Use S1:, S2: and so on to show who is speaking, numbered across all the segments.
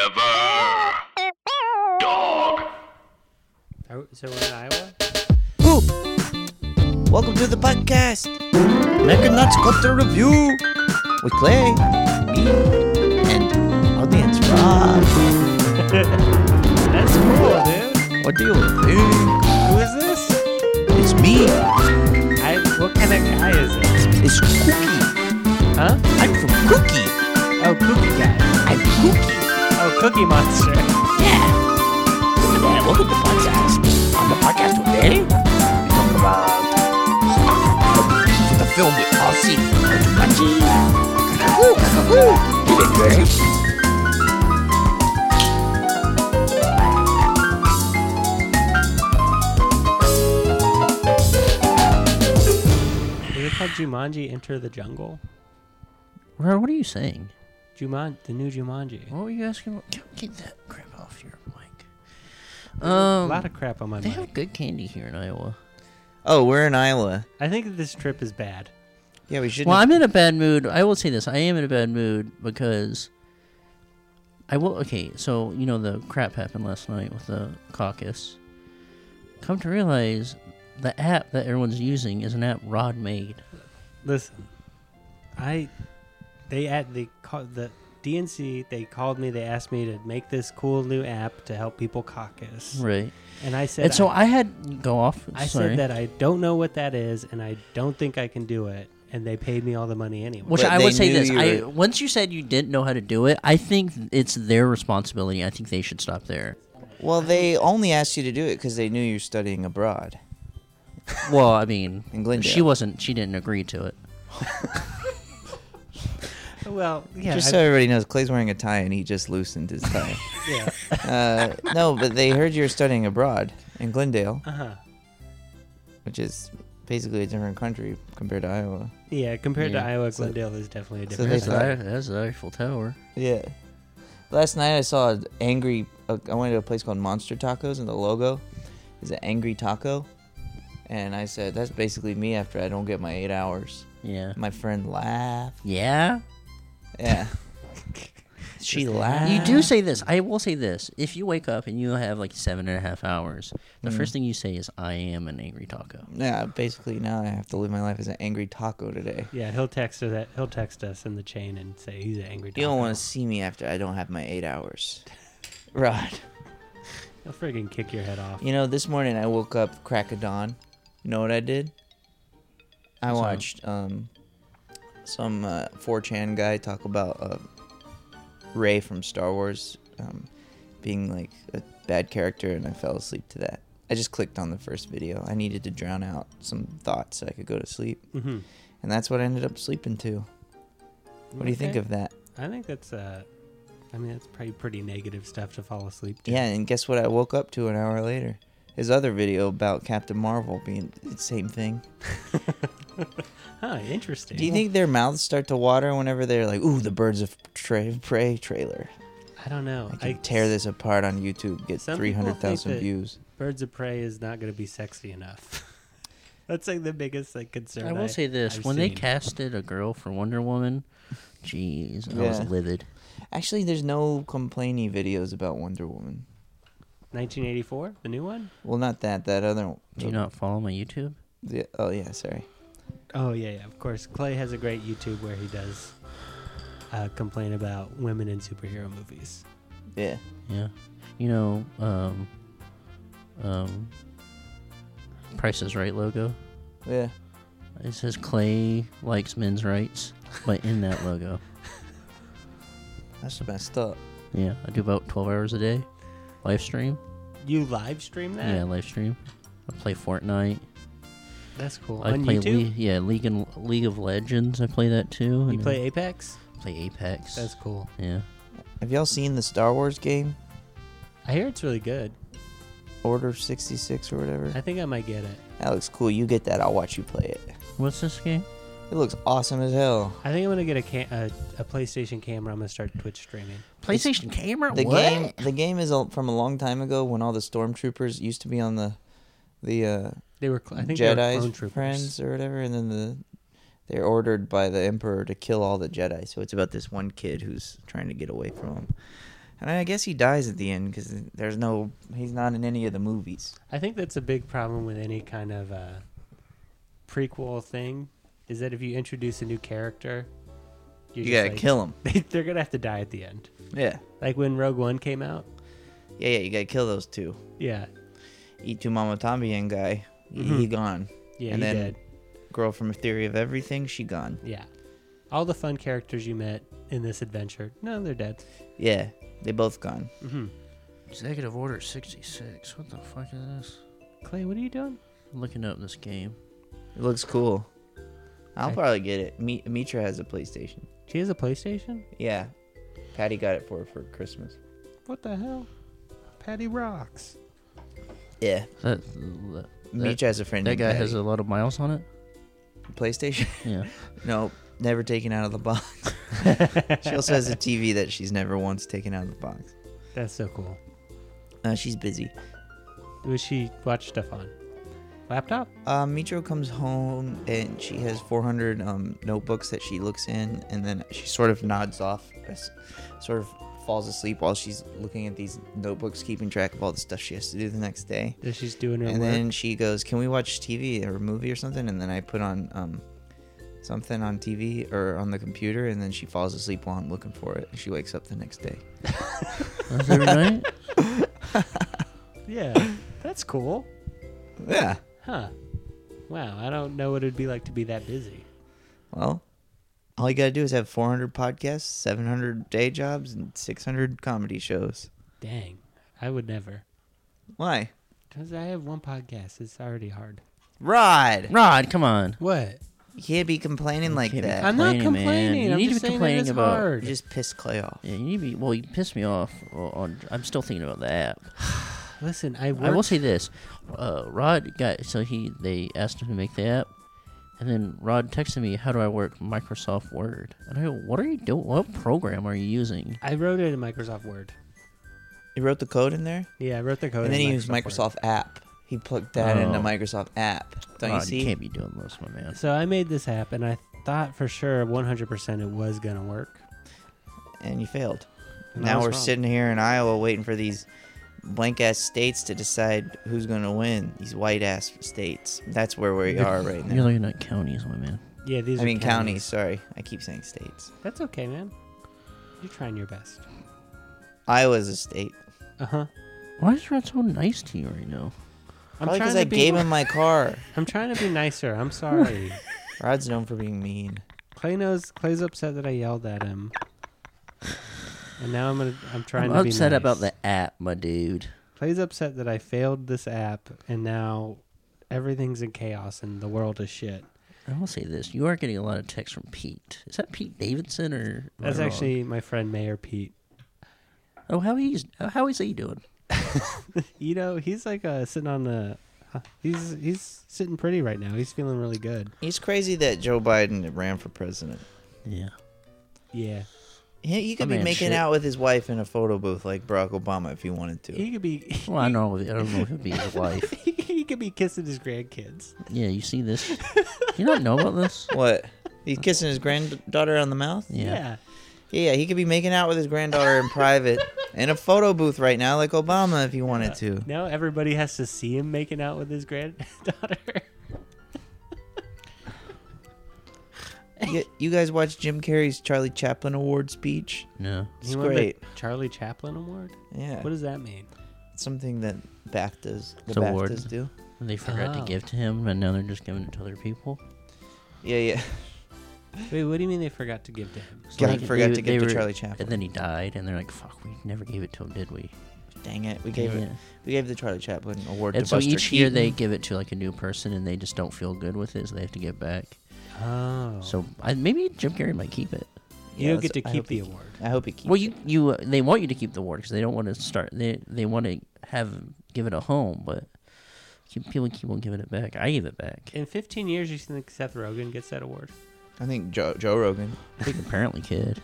S1: Forever. Dog.
S2: Are, so we're in Iowa?
S3: Poop. Welcome to the podcast. American Nuts Culture Review with Clay, me, and audience Rob.
S2: That's cool, dude.
S3: What do you think?
S2: Who is this?
S3: It's me.
S2: I, what kind of guy is it?
S3: It's Cookie.
S2: Huh?
S3: I'm from Cookie.
S2: Oh, Cookie Guy.
S3: I'm Cookie.
S2: Oh, Cookie Monster.
S3: Yeah. Yeah, welcome to the podcast. On the podcast today, we talk about stuff. the film with Aussie. Jumanji. Kakakoo, kakakoo. Did it great.
S2: Is it called Jumanji Enter the Jungle?
S3: Ron, what are you saying?
S2: Juman, the new Jumanji.
S3: What were you asking? Get- Get that crap off your mic. Um,
S2: a lot of crap on my
S3: they
S2: mic.
S3: have good candy here in Iowa. Oh, we're in Iowa.
S2: I think that this trip is bad.
S3: Yeah, we should.
S4: Well, I'm in a bad mood. I will say this: I am in a bad mood because I will. Okay, so you know the crap happened last night with the caucus. Come to realize, the app that everyone's using is an app Rod made.
S2: Listen, I, they at the ca- the DNC. They called me. They asked me to make this cool new app to help people caucus.
S4: Right.
S2: And I said,
S4: And so
S2: I,
S4: I had go off.
S2: I
S4: sorry.
S2: said that I don't know what that is, and I don't think I can do it. And they paid me all the money anyway.
S4: Which
S3: But
S4: I
S3: they
S4: would say
S3: knew
S4: this:
S3: you
S4: I
S3: were-
S4: once you said you didn't know how to do it, I think it's their responsibility. I think they should stop there.
S3: well, they only asked you to do it because they knew you're studying abroad.
S4: Well, I mean,
S3: In Glendale.
S4: she wasn't. She didn't agree to it.
S2: well, yeah,
S3: just
S2: I-
S3: so everybody knows, Clay's wearing a tie and he just loosened his tie.
S2: yeah,
S3: uh, no, but they heard you were studying abroad in Glendale,
S2: uh huh,
S3: which is basically a different country compared to Iowa.
S2: yeah. Compared
S4: Yeah,
S2: to Iowa,
S3: so-
S2: Glendale is definitely a
S3: so
S2: different.
S3: they
S4: There's
S2: country.
S3: thought-
S4: the, there's the Eiffel Tower.
S3: Yeah. Last night I saw an angry. Uh, I went to a place called Monster Tacos, and the logo is an angry taco. And I said, "That's basically me after I don't get my eight hours."
S4: Yeah.
S3: My friend laughed.
S4: Yeah.
S3: Yeah. she laughed.
S4: You do say this. I will say this. If you wake up and you have like seven and a half hours, the
S3: Mm.
S4: first thing you say is, I am an angry taco.
S3: Yeah. Basically, now I have to live my life as an angry taco today.
S2: Yeah, he'll text us. That he'll text us in the chain and say he's an angry.
S3: You don't
S2: taco.
S3: want to see me after I don't have my eight hours. Rod.
S2: He'll friggin' kick your head off.
S3: You know, this morning I woke up crack of dawn. You know what I did? I
S4: What's that?
S3: watched um, some uh, 4chan guy talk about uh, Ray from Star Wars um, being like a bad character, and I fell asleep to that. I just clicked on the first video. I needed to drown out some thoughts so I could go to sleep,
S2: Mm-hmm.
S3: and that's what I ended up sleeping to. What do you think of that?
S2: I think that's uh, I mean that's probably pretty negative stuff to fall asleep to.
S3: Yeah, and guess what? I woke up to an hour later. His other video about Captain Marvel being the same thing.
S2: Huh. Interesting.
S3: Do you think their mouths start to water whenever they're like, "Ooh, the birds of tra- prey trailer"?
S2: I don't know.
S3: I can tear this apart on YouTube, get
S2: Some people
S3: three hundred
S2: think
S3: thousand
S2: that-
S3: views.
S2: Birds of prey is not going to be sexy enough. that's like the biggest like concern.
S4: I will say this.
S2: I've
S4: when they
S2: seen.
S4: casted a girl for Wonder Woman, jeez, I was
S3: Yeah.
S4: livid.
S3: Actually, there's no complaining videos about Wonder Woman.
S2: 1984, the new one.
S3: Well, not that. That other. one-
S4: Do you not follow my YouTube?
S3: the- oh yeah, sorry.
S2: Oh yeah, yeah. Of course, Clay has a great YouTube where he does uh, complain about women in superhero movies.
S3: Yeah.
S4: Yeah. You know, um, um, Price is Right logo.
S3: Yeah.
S4: It says Clay likes men's rights, but in that logo.
S3: That's messed up.
S4: Yeah, I do about 12 hours a day. Live stream.
S2: You live stream that?
S4: Yeah, live stream. I play Fortnite.
S2: that's cool.
S4: I
S2: On
S4: play
S2: YouTube,
S4: Le- yeah League and League of Legends. I play that too.
S2: you
S4: and
S2: play Apex.
S4: I play Apex.
S2: That's cool.
S4: yeah.
S3: Have y'all seen the Star Wars game
S2: I hear it's really good.
S3: Order sixty six or whatever?
S2: I think I might get it.
S3: That looks cool. You get that? I'll watch you play it.
S4: What's this game?
S3: It looks awesome as hell.
S2: I think I'm gonna get a ca- a, a PlayStation camera. I'm gonna start Twitch streaming.
S4: PlayStation camera.
S3: The
S4: what?
S3: game the game is a- from a long time ago when all the stormtroopers used to be on the the uh,
S2: They were, cl- I think, they were clone
S3: Jedi's
S2: troopers.
S3: friends or whatever, and then the they're ordered by the emperor to kill all the Jedi. So it's about this one kid who's trying to get away from him, And I guess he dies at the end because there's no, he's not in any of the movies.
S2: I think that's a big problem with any kind of uh, prequel thing, is that if you introduce a new character, you're
S3: You
S2: just
S3: gotta
S2: like-
S3: kill him.
S2: they're gonna have to die at the end.
S3: Yeah.
S2: Like when Rogue One came out.
S3: Yeah, yeah, you gotta kill those two.
S2: Yeah,
S3: Eat two Mama Tambien guy, he- he
S2: Mhm.
S3: gone.
S2: yeah, he
S3: and then
S2: did.
S3: girl from Theory of Everything, she gone.
S2: Yeah, all the fun characters you met in this adventure, no, they're dead.
S3: Yeah, they both gone.
S2: hmm
S4: Executive Order 66. What the fuck is this?
S2: Clay, what are you doing?
S4: I'm looking up this game.
S3: It looks cool. I'll
S2: Okay.
S3: probably get it. Mi- Mitra has a PlayStation.
S2: She has a PlayStation.
S3: Yeah, Patty got it for her for Christmas.
S2: What the hell? Patty rocks.
S3: Yeah,
S4: That uh, that,
S3: Mitra has a friend.
S4: that
S3: named
S4: guy
S3: Patty.
S4: has a lot of miles on it.
S3: PlayStation.
S4: Yeah.
S3: no, never taken out of the box. she also has a TV that she's never once taken out of the box.
S2: That's so cool.
S3: Uh, she's busy.
S2: Was she watch stuff on laptop?
S3: Uh, Mitro comes home and she has 400 um, notebooks that she looks in, and then she sort of nods off, as- sort of falls asleep while she's looking at these notebooks, keeping track of all the stuff she has to do the next day.
S2: That she's doing her
S3: And
S2: work.
S3: then she goes, "Can we watch TV or a movie or something?" And then I put on um, something on TV or on the computer, and then she falls asleep while I'm looking for it. She wakes up the next day.
S4: That's every night?
S2: yeah, that's cool.
S3: Yeah.
S2: Huh. Wow, I don't know what it'd be like to be that busy.
S3: Well, all you gotta do is have 400 podcasts, 700 day jobs, and 600 comedy shows.
S2: Dang, I would never.
S3: Why?
S2: Because I have one podcast. It's already hard.
S3: Rod.
S4: Rod, come on.
S2: What?
S3: You can't be complaining like
S4: can't be
S3: that.
S2: I'm not
S4: Complaining, man.
S2: complaining.
S4: You
S2: I'm
S4: need to
S2: just
S4: be
S2: saying
S4: complaining
S2: it is
S4: about-
S2: hard.
S3: You just pissed Clay off.
S4: Yeah, you need to be. Well, you pissed me off. o- On, I'm still thinking about the app.
S2: Listen, I worked,
S4: I will say this: uh, Rod got so he they asked him to make the app, and then Rod texted me, "How do I work Microsoft Word?" And I go, "What are you doing? What program are you using?"
S2: I wrote it in Microsoft Word.
S3: You wrote the code in there,
S2: Oh, Yeah, I wrote the code.
S3: and
S2: in
S3: then he used
S2: Word.
S3: Microsoft app. He plugged that
S4: Oh.
S3: into Microsoft app. Don't you
S4: Rod,
S3: see?
S4: can't be doing this, my man.
S2: So I made this app, and I thought for sure 100% it was gonna work.
S3: And you failed.
S2: And I
S3: now
S2: was
S3: we're
S2: wrong.
S3: sitting here in Iowa waiting for these blank ass states to decide who's going to win. These white ass states. That's where we are right
S4: You're
S3: now.
S4: looking at counties, my man.
S2: Yeah, these.
S3: I
S2: are
S3: mean counties. Sorry, I keep saying states.
S2: That's okay, man. You're trying your best.
S3: Iowa's a state.
S2: Uh huh.
S4: Why is Rod so nice to you right now?
S2: I'm
S3: Probably
S2: trying
S3: because
S2: to
S3: I
S2: be.
S3: gave him my car.
S2: I'm trying to be nicer. I'm sorry.
S3: Rod's known for being mean.
S2: Clay knows. Clay's upset that I yelled at him. And now I'm gonna. I'm trying
S4: I'm
S2: to be
S4: upset
S2: nice.
S4: about the app, my dude.
S2: Clay's upset that I failed this app, and now everything's in chaos and the world is shit.
S4: I will say this: you are getting a lot of texts from Pete. Is that Pete Davidson or? am I
S2: That's
S4: wrong?
S2: actually my friend Mayor Pete.
S4: Oh, how he's how is he doing?
S2: You know, he's like uh, sitting on the. huh, He's he's sitting pretty right now. He's feeling really good.
S3: He's crazy that Joe Biden ran for president.
S4: Yeah.
S2: Yeah,
S3: He, he could
S4: My
S3: be
S4: man
S3: making
S4: shit.
S3: out with his wife in a photo booth like Barack Obama if he wanted to.
S2: he could be.
S4: Well, I know. I don't know if it'd be his wife.
S2: he could be kissing his grandkids.
S4: Yeah, you see this? You don't know about this?
S3: What? He's kissing his granddaughter on the mouth? Yeah.
S4: Yeah.
S2: Yeah.
S3: yeah, he could be making out with his granddaughter in private in a photo booth right now like Obama if he wanted to.
S2: Now everybody has to see him making out with his granddaughter.
S3: You, you guys watch Jim Carrey's Charlie Chaplin Award speech?
S4: No.
S3: It's
S2: He won the
S3: great.
S2: Charlie Chaplin Award.
S3: Yeah.
S2: What does that mean?
S3: Something that BAFTAs, the
S4: It's award.
S3: BAFTAs do.
S4: They forgot
S2: Oh.
S4: to give to him, and now they're just giving it to other people.
S3: Yeah, yeah.
S2: Wait, what do you mean they forgot to give to him?
S4: It's
S3: God,
S4: like
S3: I forgot
S4: they-
S3: to give
S4: they
S3: to
S4: were-
S3: Charlie Chaplin.
S4: And then he died, and they're like, "Fuck, we never gave it to him, did we?"
S3: Dang it. We gave it.
S4: Yeah.
S3: We gave the Charlie Chaplin Award
S4: And
S3: to
S4: so
S3: Buster
S4: each year they
S3: Keaton.
S4: give it to like a new person, and they just don't feel good with it, so they have to give it back.
S2: Oh,
S4: So I, maybe Jim Carrey might keep it.
S2: you
S3: Yeah,
S2: don't get
S3: let's-
S2: to
S3: I
S2: keep
S3: hope he
S2: the
S3: keep-
S2: award.
S3: I hope he keeps
S4: well, you you uh, they want you to keep the award because they don't want to start. They they want to have give it a home, but keep, people keep on giving it back. I gave it back.
S2: In 15 years, you think Seth Rogen gets that award?
S3: I think Joe, Joe Rogan.
S4: I think apparently kid.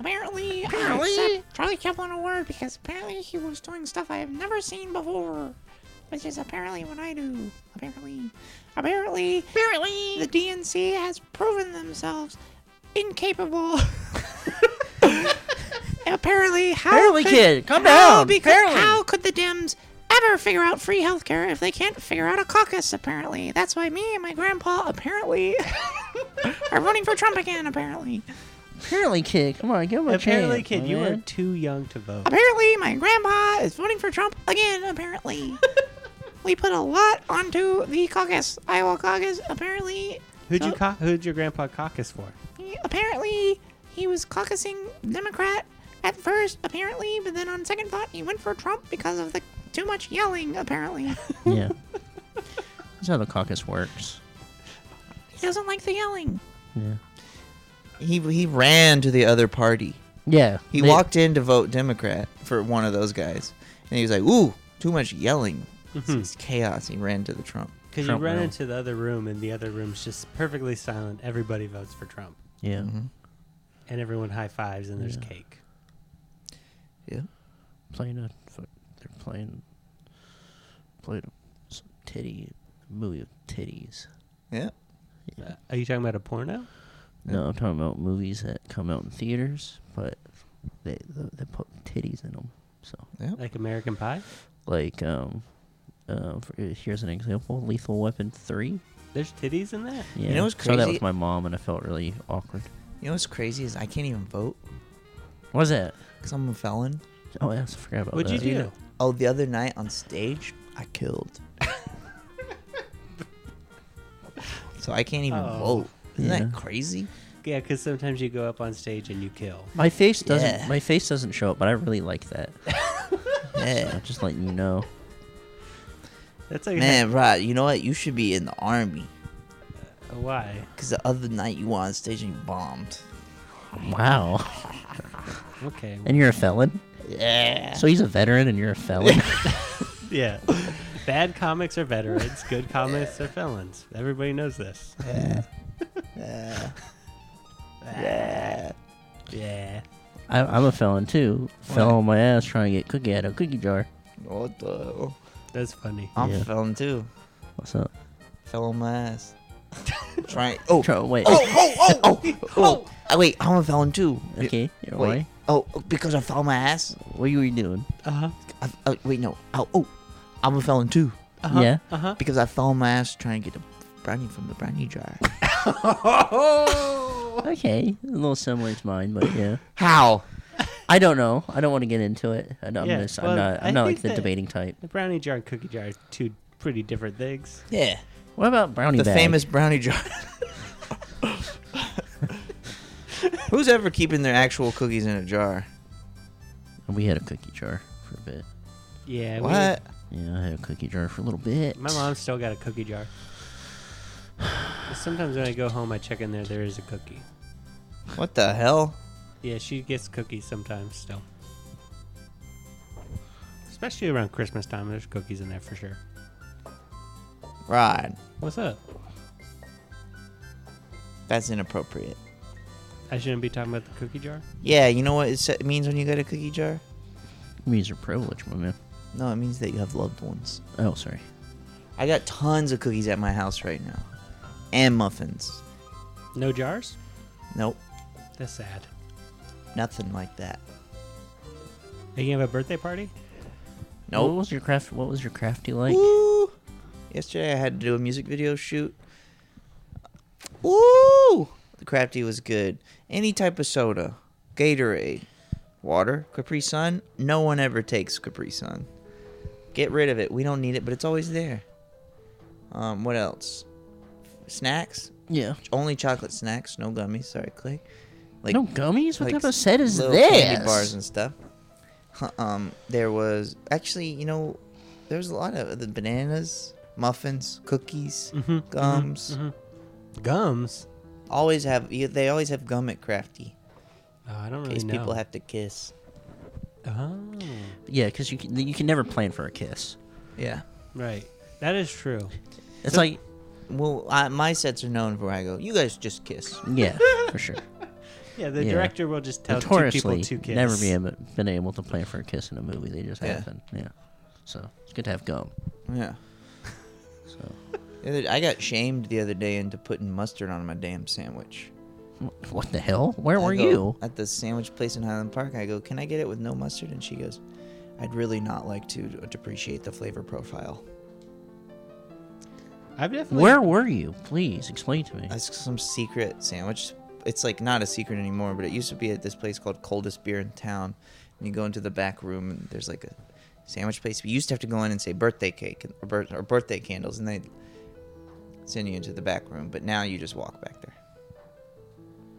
S5: Apparently, I
S4: Apparently.
S5: accept Charlie Chaplin Award because apparently he was doing stuff I have never seen before, which is apparently what I do. Apparently, apparently, apparently, the DNC has proven themselves incapable Apparently, how
S4: Apparently,
S5: could,
S4: kid, calm
S5: how
S4: down.
S5: Because,
S4: Apparently.
S5: How could the Dems ever figure out free healthcare if they can't figure out a caucus? Apparently, that's why me and my grandpa apparently are running for Trump again. Apparently,
S4: Apparently, kid. Come on, give him a
S2: Apparently,
S4: chance,
S2: kid,
S4: my
S2: you are
S4: man.
S2: too young to vote.
S5: apparently, my grandpa is voting for Trump again. Apparently, we put a lot onto the caucus, Iowa caucus. Apparently,
S2: Who'd you
S5: Oh.
S2: cau who'd your grandpa caucus for?
S5: He- apparently he was caucusing Democrat at first, apparently, but then on second thought he went for Trump because of the too much yelling. Apparently,
S4: Yeah. That's how the caucus works.
S5: he doesn't like the yelling.
S4: Yeah.
S3: He he ran to the other party.
S4: Yeah.
S3: He
S4: they-
S3: walked in to vote Democrat for one of those guys, and he was like, "Ooh, too much yelling.
S4: Hmm.
S3: It's
S2: Mhm.
S3: it's chaos." He ran to the Trump.
S2: Because you
S4: Trump
S2: run
S4: room.
S2: into the other room, and the other room's just perfectly silent. Everybody votes for Trump,
S4: Yeah.
S3: Mm-hmm.
S2: and everyone high fives, and there's
S4: Yeah.
S2: cake.
S3: Yeah,
S4: Playing a. fuck- They're playing. Playing some titty. Movie of titties.
S3: yeah.
S2: Uh, are you talking about a porno?
S4: No, I'm talking about movies that come out in theaters, but they they, they put titties in them. So
S2: Like American Pie?
S4: like um, uh, for, here's an example: Lethal Weapon three.
S2: There's titties in that.
S4: Yeah,
S3: know what's
S4: Saw that
S3: crazy?
S4: with my mom, and I felt really awkward.
S3: You know what's crazy is I can't even vote
S4: What was that?
S3: because I'm a felon.
S4: Oh, I also forgot about
S2: What'd
S4: that.
S2: you do?
S3: Oh, the other night on stage, I killed. so I can't even
S2: Oh.
S3: vote. Isn't
S4: Yeah.
S3: that crazy?
S2: Yeah, because sometimes you go up on stage and you kill.
S4: My face doesn't.
S3: Yeah.
S4: My face doesn't show up, but I really like that.
S3: Yeah.
S4: I'm just letting you know.
S2: That's like
S3: Man, Rod, you know what? You should be in the army
S2: why?
S3: because the other night you went on stage and you bombed.
S4: Wow.
S2: Okay.
S4: And you're a felon.
S3: Yeah.
S4: So he's a veteran, and you're a felon.
S2: Yeah. Bad comics are veterans. Good comics are felons. Everybody knows this.
S3: Yeah.
S2: Yeah.
S4: I, I'm a felon too. Fell on my ass trying to get cookie out of a cookie jar.
S3: What the?
S2: That's funny.
S3: I'm
S4: Yeah.
S3: a felon too.
S4: What's up?
S3: Fell on my ass. Trying. Oh.
S4: Tro- wait.
S3: Oh, oh, oh, oh, oh, Uh, Wait, I'm a felon too.
S4: Okay.
S3: Wait.
S4: Why?
S3: Oh, because I fell on my ass?
S4: What you were you doing?
S2: Uh huh.
S3: I, uh, wait, no. Oh, oh, I'm a felon too.
S2: Uh-huh.
S4: Yeah.
S2: Uh huh.
S3: Because I fell on my ass trying to get the brownie from the brownie jar.
S4: Okay. A little similar to mine, but yeah.
S3: How?
S4: I don't know. I don't want to get into it. I don't,
S2: Yeah,
S4: I'm, just,
S2: well,
S4: I'm not.
S2: I
S4: I'm not like
S2: think
S4: the
S2: that-
S4: debating type.
S2: The brownie jar and cookie jar are two pretty different things.
S3: Yeah.
S4: What about brownie
S3: The
S4: bag?
S3: famous brownie jar. Who's ever keeping their actual cookies in a jar?
S4: We had a cookie jar for a bit.
S2: Yeah. we-
S3: What?
S4: Yeah, I had a cookie jar for a little bit.
S2: my mom's still got a cookie jar. Sometimes when I go home, I check in there. There is a cookie.
S3: What the hell?
S2: Yeah, she gets cookies sometimes still. Especially around Christmas time, there's cookies in there for sure.
S3: Rod,
S2: What's up?
S3: that's inappropriate.
S2: I shouldn't be talking about the cookie jar.
S3: Yeah, you know what it sa- means when you get a cookie jar?
S4: Means your privilege, my man.
S3: No, it means that you have loved ones.
S4: Oh, sorry.
S3: I got tons of cookies at my house right now, and muffins.
S2: No jars?
S3: Nope,
S2: That's sad.
S3: nothing like that.
S2: Are you gonna have a birthday party?
S4: What
S3: Nope.
S4: was your craft? What was your crafty like?
S3: Ooh. Yesterday I had to do a music video shoot. Ooh, the crafty was good. Any type of soda, Gatorade, water, Capri Sun. No one ever takes Capri Sun. Get rid of it. We don't need it, but it's always there. Um, what else? Snacks.
S4: Yeah.
S3: Only chocolate snacks. No gummies. Sorry, Clay. Like
S4: no gummies. What
S3: like
S4: type of set is
S3: little
S4: this?
S3: Candy bars and stuff. Huh, Um, there was actually, you know, there was a lot of the bananas, muffins, cookies,
S4: Mm-hmm,
S2: Mhm,
S3: gums.
S2: Gums?
S3: Always have you- they always have gum at Crafty
S2: Oh, I don't
S3: in
S2: really
S3: case
S2: know.
S3: people have to kiss.
S2: oh,
S4: Yeah, because you can, you can never plan for a kiss.
S3: Yeah.
S2: right. That is true.
S4: It's like
S3: Well, I, my sets are known for where I go. You guys just kiss.
S4: yeah, for sure.
S2: Yeah, the
S4: Yeah.
S2: director will just tell two people
S4: notoriously
S2: to kiss.
S4: never be able, been able to plan for a kiss in a movie. They just
S3: Yeah.
S4: happen. Yeah. So it's good to have gum.
S3: Yeah.
S4: So
S3: The other- I got shamed the other day into putting mustard on my damn sandwich.
S4: What the hell? Where were
S3: I go
S4: you?
S3: At the sandwich place in Highland Park. I go, Can I get it with no mustard? And she goes, I'd really not like to depreciate the flavor profile.
S2: I've definitely
S4: Where were you? Please explain to me.
S3: That's some secret sandwich. It's like not a secret anymore, but it used to be at this place called Coldest Beer in Town. And you go into the back room and there's like a sandwich place. We used to have to go in and say birthday cake or, bir- or birthday candles, and they send you into the back room. But now you just walk back there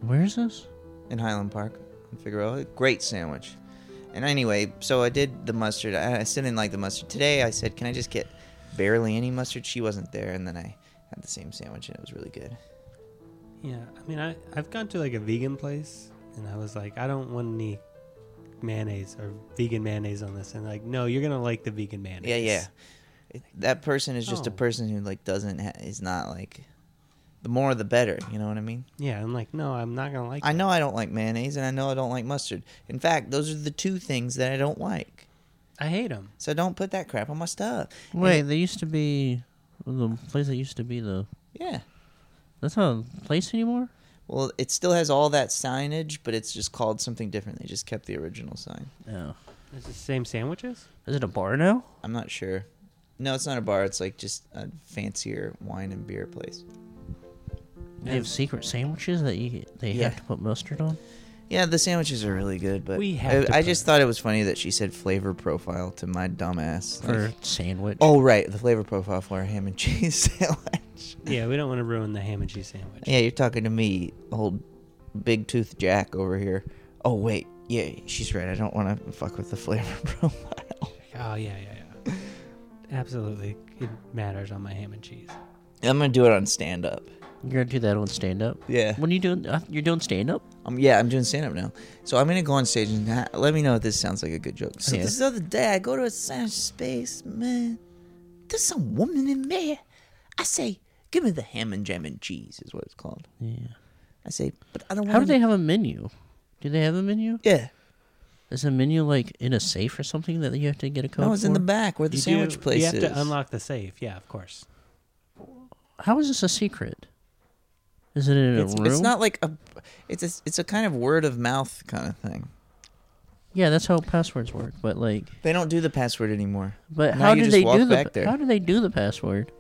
S4: Where is this?
S3: in Highland Park and figure out a great sandwich. And anyway, so I did the mustard. I, I still didn't like the mustard. Today I said, "Can I just get barely any mustard?" She wasn't there, and then I had the same sandwich, and it was really good.
S2: Yeah, I mean, I I've gone to like a vegan place, and I was like, I don't want any mayonnaise or vegan mayonnaise on this, and like, no, you're gonna like the vegan mayonnaise.
S3: Yeah, yeah. It, that person is just a
S2: Oh.
S3: person who like doesn't ha- is not like the more the better. You know what I mean?
S2: yeah. I'm like, no, I'm not gonna like.
S3: I
S2: that.
S3: know I don't like mayonnaise, and I know I don't like mustard. In fact, those are the two things that I don't like.
S2: I hate them.
S3: So don't put that crap on my stuff. And-
S4: Wait, there used to be the place that used to be the.
S3: yeah.
S4: That's not a place anymore.
S3: Well, it still has all that signage, but it's just called something different. They just kept the original sign.
S4: No.
S2: It's the same sandwiches.
S4: Is it a bar now?
S3: I'm not sure. No, it's not a bar. It's like just a fancier wine and beer place.
S4: They have secret sandwiches that you they
S3: Yeah.
S4: have to put mustard on.
S3: Yeah, the sandwiches are really good, but
S2: We have to
S3: I, I
S2: put-
S3: just thought it was funny that she said flavor profile to my dumbass.
S4: for sandwich.
S3: oh, right, the flavor profile for a ham and cheese sandwich.
S2: Yeah, we don't want to ruin the ham and cheese sandwich.
S3: yeah, you're talking to me, old big tooth Jack over here. Oh wait, yeah, she's right. I don't want to fuck with the flavor profile.
S2: Oh yeah, yeah, yeah. Absolutely, it matters on my ham and cheese.
S3: I'm gonna do it on stand up.
S4: You're gonna do that on stand up.
S3: Yeah.
S4: When you doing, uh, you're doing stand up.
S3: Um, yeah, I'm doing stand up now. So I'm going to go on stage and ha- let me know if this sounds like a good joke. So
S4: Yeah.
S3: this other day, I go to a sandwich space, man. There's some woman in there. I say, give me the ham and jam and cheese, is what it's called.
S4: Yeah.
S3: I say, but I don't want
S4: How do they have a menu? Do they have a menu?
S3: Yeah.
S4: Is a menu like in a safe or something that you have to get a code
S3: No, it's in the
S4: for?
S3: back where the
S2: You do-
S3: sandwich place
S2: You have
S3: is.
S2: to unlock the safe. Yeah, of course.
S4: How is this a secret? Is it in a
S3: it's,
S4: room?
S3: it's not like a. It's a, it's a kind of word of mouth kind of thing.
S4: Yeah, that's how passwords work. But like,
S3: They don't do the password anymore.
S4: but
S3: Now
S4: how
S3: you
S4: do
S3: just
S4: they
S3: walk
S4: do the?
S3: back there.
S4: How do they do the password?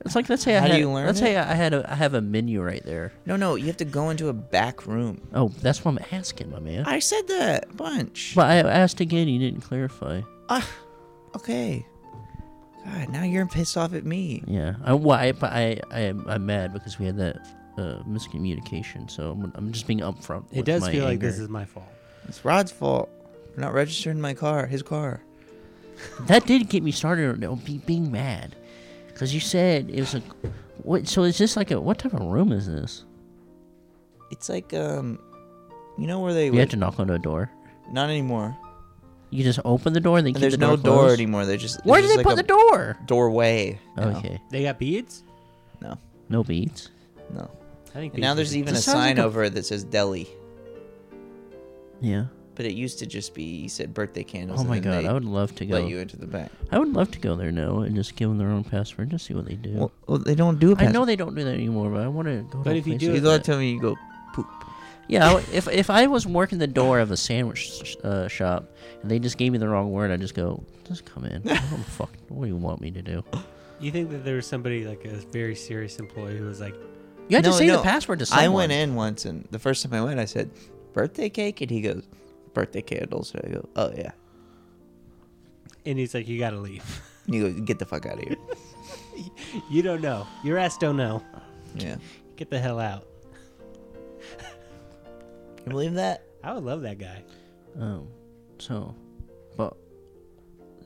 S4: It's like let's say I
S3: How do
S4: had,
S3: you learn
S4: let's
S3: it?
S4: say I had a I have a menu right there.
S3: No, no, you have to go into a back room.
S4: Oh, that's what I'm asking, my man.
S3: I said that a bunch.
S4: but I asked again, you didn't clarify.
S3: Ah, okay. God, now you're pissed off at me.
S4: Yeah, I, well, I, but I, I, am- I'm mad because we had that uh, miscommunication. So I'm, I'm just being upfront.
S2: It
S4: with
S2: does
S4: my
S2: feel like this
S4: anger.
S2: is my fault.
S3: It's Rod's fault for not registering my car, his car.
S4: that did get me started on- on be, being mad because you said it was a what? So is this like a what type of room is this?
S3: It's like um, you know where they
S4: You have to knock on a door.
S3: not anymore.
S4: You just open the door and they
S3: And
S4: keep
S3: there's
S4: the
S3: no
S4: door
S3: door
S4: closed?
S3: anymore. They just
S4: Where
S3: there's
S4: did they
S3: just
S4: put
S3: like
S4: the
S3: a
S4: door? Oh,
S3: Doorway. now.
S4: Okay,
S2: They got beads.
S3: No,
S4: no beads.
S3: no.
S2: I think.
S3: And now
S2: beads
S3: there's
S2: would be-
S3: even a
S4: This sounds
S3: sign
S4: like a-
S3: over it that says deli,
S4: Yeah.
S3: but it used to just be you said birthday candles.
S4: Oh
S3: and
S4: my
S3: then
S4: god,
S3: they
S4: I would love to
S3: let
S4: go.
S3: you into the back.
S4: I would love to go there now and just give them their own password and see what they do.
S3: Well, well, they don't do.
S4: I know they don't do that anymore, but I want to go. to
S2: But
S4: a
S2: if you
S4: place
S2: do
S4: like
S3: You
S2: it-
S3: go
S4: that.
S3: tell me you go poop.
S4: Yeah, I- if if I was working the door of a sandwich uh, shop and they just gave me the wrong word, I'd just go, just come in. I don't fuck. What do you want me to do?
S2: You think that there was somebody like a very serious employee who was like,
S4: You had
S3: No,
S4: to say
S3: no,
S4: the password to someone.
S3: I went in once, and the first time I went, I said, "Birthday cake," and he goes, "Birthday candles." And I go, "Oh yeah."
S2: and he's like, you gotta leave.
S3: And he goes, "Get the fuck out of here."
S2: You don't know. Your ass don't know.
S3: yeah.
S2: Get the hell out.
S3: Can you believe that?
S2: I would love that guy.
S4: Um, so, but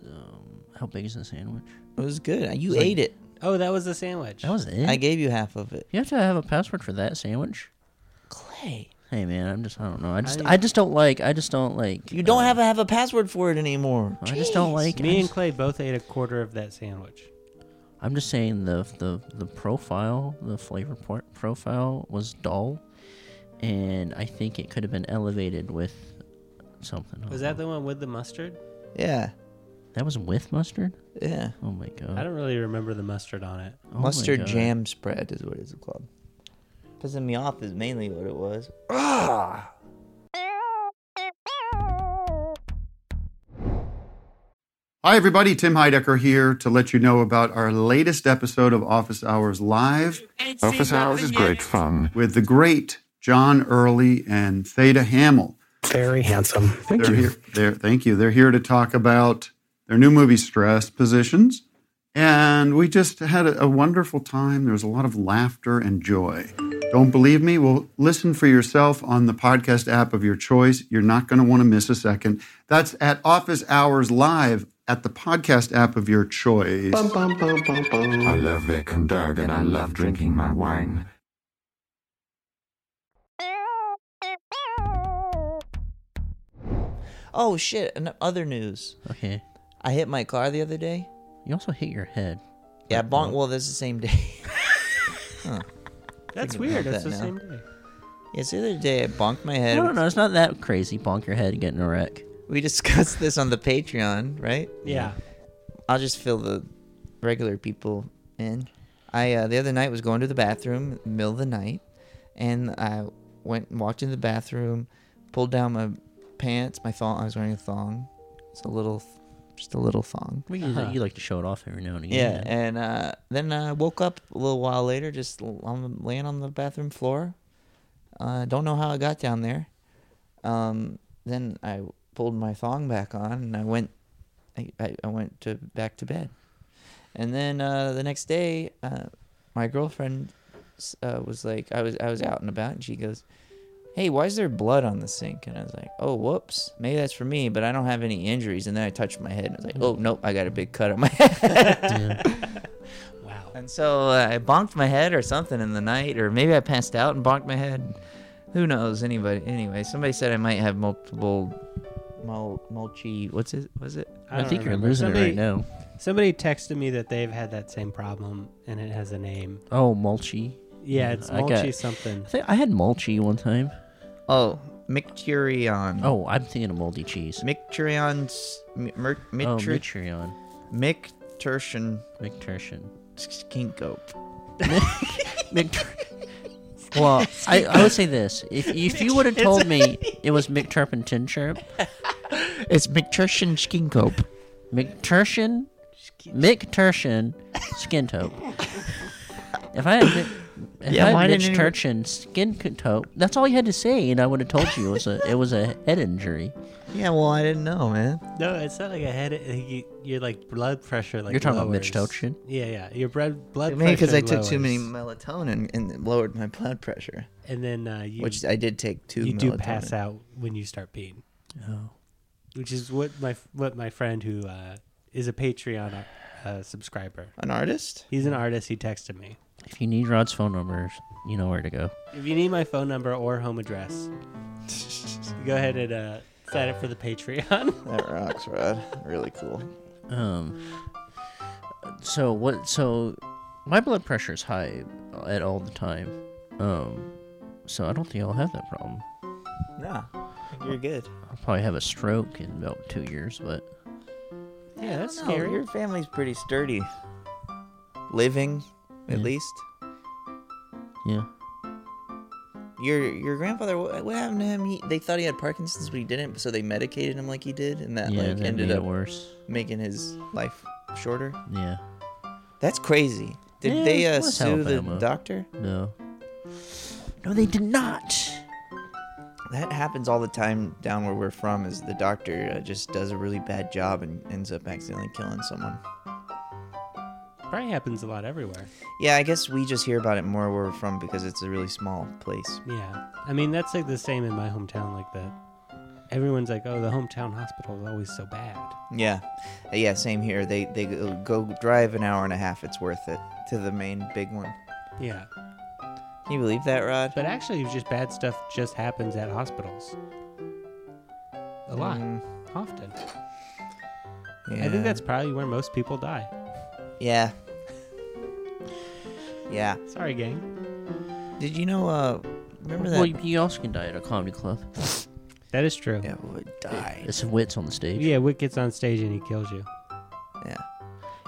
S4: um, how big is the sandwich?
S3: It was good. You
S4: like- Hmm?
S3: ate it.
S2: Oh, that was the sandwich.
S4: That was it.
S3: I gave you half of it.
S4: you have to have a password for that sandwich.
S3: Clay.
S4: Hey man, I'm just I don't know. I just
S2: I-
S4: I, just don't like. I just don't like.
S3: You don't
S4: uh,
S3: have a, have a password for it anymore.
S4: I just don't
S3: Jeez.
S4: like. I
S2: Me and
S4: just-
S2: Clay both ate a quarter of that sandwich.
S4: I'm just saying the the the profile, the flavor por- profile was dull, and I think it could have been elevated with something. Oh,
S2: Was that the one with the mustard?
S3: Yeah.
S4: that was with mustard?
S3: Yeah.
S4: Oh my god!
S2: I don't really remember the mustard on it.
S4: Oh my
S3: Mustard
S4: God.
S3: jam spread is what it's called. Pissing me off is mainly what it was.
S6: Hi, everybody. Tim Heidecker here to let you know about our latest episode of Office Hours Live
S7: Office hours is great fun.
S6: with the great John Early and Theta Hamill.
S8: Very handsome.
S7: Thank
S6: they're
S7: you.
S6: Here, they're, thank you. They're here to talk about their new movie, Stress Positions. And we just had a, a wonderful time. There was a lot of laughter and joy. Don't believe me? Well, listen for yourself on the podcast app of your choice. You're not going to want to miss a second. That's at Office Hours Live at the podcast app of your choice.
S7: Bum, bum, bum, bum, bum. I love Vic and Doug, and I love drinking my wine.
S3: Oh shit! And other news,
S4: Okay.
S3: I hit my car the other day.
S4: You also hit your head.
S3: Yeah, bonk. Well, that's the same day.
S2: That's
S3: Thinking
S2: weird.
S3: about
S2: That's
S3: that
S2: the
S3: now.
S2: same day.
S3: Yes, the other day I bonked my
S4: I
S3: head.
S4: don't know. It's not that crazy. Bonk your head and get in a wreck.
S3: We discussed this on the Patreon, right?
S2: Yeah.
S3: I'll just fill the regular people in. I uh, the other night was going to the bathroom in the middle of the night, and I went and walked into the bathroom, pulled down my pants, my thong. I was wearing a thong. It's a little, just a little thong.
S4: Well, you, you like to show it off every now and
S3: Yeah,
S4: again.
S3: and uh, then I woke up a little while later, just l- on, laying on the bathroom floor. Uh, don't know how I got down there. Um, then I pulled my thong back on, and I went, I, I, I went to back to bed. And then uh, the next day, uh, my girlfriend s- uh, was like, I was I was out and about, and she goes, "Hey, why is there blood on the sink?" And I was like, "Oh, whoops, maybe that's for me, but I don't have any injuries." And then I touched my head, and I was like, "Oh, nope, I got a big cut on my head."
S2: Wow.
S3: And so uh, I bonked my head or something in the night, or maybe I passed out and bonked my head. Who knows? Anybody? Anyway, somebody said I might have multiple, mul- mulchi. What's it? Was it?
S4: I,
S2: don't
S4: think you're
S2: remember.
S4: losing
S2: somebody,
S4: it right now.
S2: Somebody texted me that they've had that same problem and it has a name.
S4: Oh, mulchy.
S2: Yeah, it's
S4: I got-
S2: mulchy something.
S4: I, think I had mulchy one time.
S3: Oh, Micturion.
S4: Oh, I'm thinking of moldy cheese.
S3: Micturion's mi- Mer-
S4: oh,
S3: Mitri-
S4: Mitrion.
S3: Mictursion
S4: McTurshan.
S3: skinkope.
S4: Well, I, I would say this. If, if you would have told me it was McTurpentin Chirp,
S3: It's Mictursion skinkope.
S4: McTurshan, McTurshan, Skin Taupe. If I had, mi- if
S3: Yeah,
S4: I
S3: why
S4: had
S3: didn't
S4: Mitch
S3: anyone-
S4: Turchin Skin Taupe, that's all you had to say, and I would have told you it was a, it was a head injury.
S3: Yeah, well, I didn't know, man.
S2: No, it's not like a head. You, your like blood pressure like
S4: You're talking about Mitch
S2: lowers.
S4: Tolchin?
S2: Yeah, yeah. Your blood blood
S3: Maybe because
S2: pressure
S3: I took too
S2: lowers.
S3: many melatonin and it lowered my blood pressure,
S2: and then uh, you
S3: which I did take two.
S2: you do
S3: melatonin.
S2: pass out when you start peeing.
S4: Oh.
S2: Which is what my what my friend who uh, is a Patreon uh, subscriber.
S3: An artist.
S2: He's
S4: Hmm.
S2: an artist. He texted me.
S4: If you need Rod's phone number, you know where to go.
S2: If you need my phone number or home address, go ahead and uh, sign up for the Patreon.
S3: That rocks, Rod. Really cool.
S4: Um. So what? So my blood pressure is high at all the time. Um. So I don't think I'll have that problem.
S3: Nah, you're good.
S4: I'll probably have a stroke in about two years, but
S2: Yeah, that's
S3: No, your family's pretty sturdy. Living, at
S4: Yeah.
S3: least.
S4: yeah.
S3: Your your grandfather. wha- What happened to him? He, they thought he had Parkinson's, but he didn't. So they medicated him like he did, and that
S4: yeah,
S3: like
S4: that
S3: ended
S4: made
S3: up
S4: it worse.
S3: making his life shorter.
S4: Yeah.
S3: That's crazy. Did
S4: Yeah,
S3: they
S4: it
S3: uh,
S4: was
S3: sue
S4: Alabama.
S3: the doctor?
S4: No. No, they did not.
S3: That happens all the time down where we're from. Is the doctor uh, just does a really bad job and ends up accidentally killing someone?
S2: Probably happens a lot everywhere.
S3: Yeah, I guess we just hear about it more where we're from because it's a really small place.
S2: Yeah, I mean that's like the same in my hometown. Like that, everyone's like, "Oh, the hometown hospital is always so bad."
S3: Yeah, Uh, yeah, same here. They they go go drive an hour and a half. It's worth it to the main big one.
S2: Yeah,
S3: Can you believe that, Rod?
S2: but actually, it's just bad stuff just happens at hospitals. A lot,
S3: Mm,
S2: often.
S3: yeah.
S2: I think that's probably where most people die.
S3: yeah, yeah.
S2: Sorry, gang.
S3: Did you know? Uh, remember that?
S4: Well, you, you also can die at a comedy club.
S2: That is true. Yeah,
S3: yeah, would die.
S4: It's some wits on the stage.
S2: Wick gets on stage and he kills you.
S3: Yeah.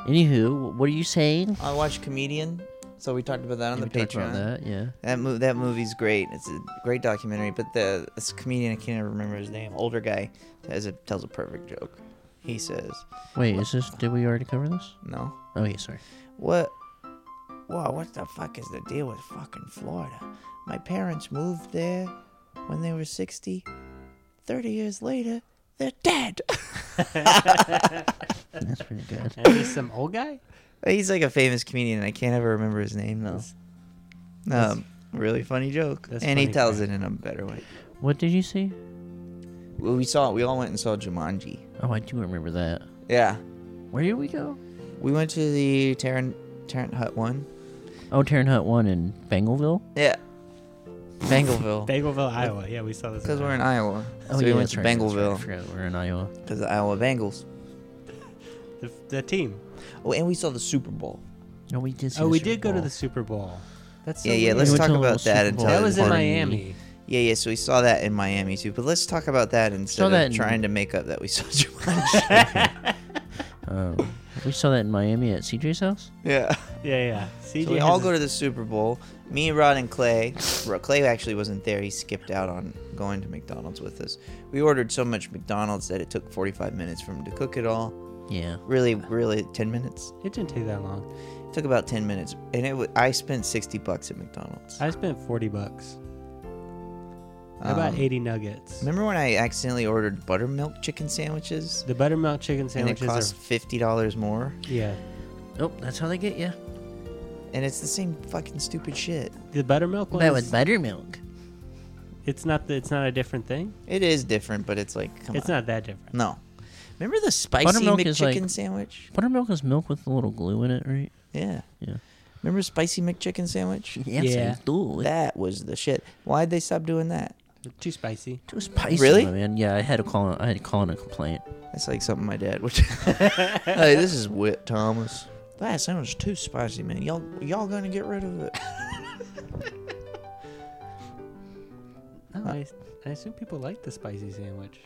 S4: Anywho, what are you saying?
S3: I watched comedian So we talked about that on
S4: Yeah,
S3: the
S4: we talked
S3: Patreon.
S4: about
S3: That,
S4: that, yeah.
S3: mo- that movie's great. It's a great documentary. But the this comedian I can't even remember his name. Older guy has a, tells a perfect joke. He says,
S4: Wait, is this? Did we already cover this?
S3: "No,
S4: Okay, sorry.
S3: What? Whoa, what the fuck is the deal with fucking Florida? My parents moved there when they were 60. 30 years later, they're dead.
S4: That's pretty good.
S2: And he's some old guy?
S3: He's like a famous comedian, and I can't ever remember his name, though. Um, really funny joke. And
S2: that's
S3: he
S2: funny,
S3: tells
S2: Frank.
S3: it in a better way.
S4: What did you see?
S3: Well, we saw We all went and saw Jumanji.
S4: Oh, I do remember that.
S3: Yeah.
S4: Where did we go?
S3: We went to the Tarrant, Tarrant Hut one.
S4: Oh, Terran Hut One in Bengalville.
S3: Yeah. Bangleville.
S2: Bagelville, Iowa. Yeah, we saw this.
S3: Because we're in Iowa.
S4: Oh,
S3: so
S4: yeah,
S3: we went
S4: that's
S3: to
S4: right, that's right. I
S3: Bangleville.
S4: forgot we're in Iowa.
S3: Because the Iowa Bengals.
S2: the, the team.
S3: Oh, and we saw the Super Bowl.
S4: No, we did. See
S2: Oh,
S4: the
S2: we
S4: Super
S2: did go to
S4: Bowl.
S2: the Super Bowl. That's so
S3: yeah, yeah.
S2: weird.
S3: Let's
S4: went
S3: talk
S4: to a little
S3: about that
S4: Super
S3: and
S4: Bowl.
S3: tell
S2: That
S3: the
S2: was in
S3: party.
S2: Miami.
S3: Yeah, yeah. So we saw that in Miami too. But let's talk about that instead
S4: that
S3: of
S4: in-
S3: trying to make up that we saw Jumanji.
S4: Oh, we saw that in Miami at CJ's house.
S3: yeah.
S2: Yeah, yeah. CJ
S3: So we
S2: has
S3: all
S2: a-
S3: go to the Super Bowl. Me, Rod, and Clay. Ro- Clay actually wasn't there. He skipped out on going to McDonald's with us. We ordered so much McDonald's that it took 45 minutes for him to cook it all.
S4: Yeah.
S3: Really, really, 10 minutes.
S2: It didn't take that long.
S3: It took about 10 minutes, and it. W- I spent 60 bucks at McDonald's.
S2: I spent forty bucks. about
S3: Um,
S2: eighty nuggets.
S3: Remember when I accidentally ordered buttermilk chicken sandwiches?
S2: The buttermilk chicken
S3: And it
S2: sandwiches
S3: cost fifty dollars more.
S2: are yeah.
S4: Oh, that's how they get you.
S3: And it's the same fucking stupid shit.
S2: The buttermilk
S4: That was
S2: ones.
S4: buttermilk.
S2: It's not the, it's not a different thing.
S3: It is different, but it's like, come
S2: It's
S3: on.
S2: not that different.
S3: No. Remember the spicy
S4: Buttermilk is
S3: McChicken
S4: like-
S3: sandwich?
S4: Buttermilk is milk with a little glue in it, right?
S3: Yeah.
S4: Yeah.
S3: Remember spicy McChicken sandwich?
S4: Yes,
S2: Yeah.
S4: I do.
S3: That was the shit. Why'd they stop doing that?
S2: Too spicy.
S4: Too spicy,
S3: Really?
S4: my man. Yeah, I had to call. I had to call in a complaint.
S3: That's like something my dad would. hey, this is Whit Thomas. That sandwich is too spicy, man. Y'all, y'all gonna get rid of it?
S2: No, I, I assume people like the spicy sandwich.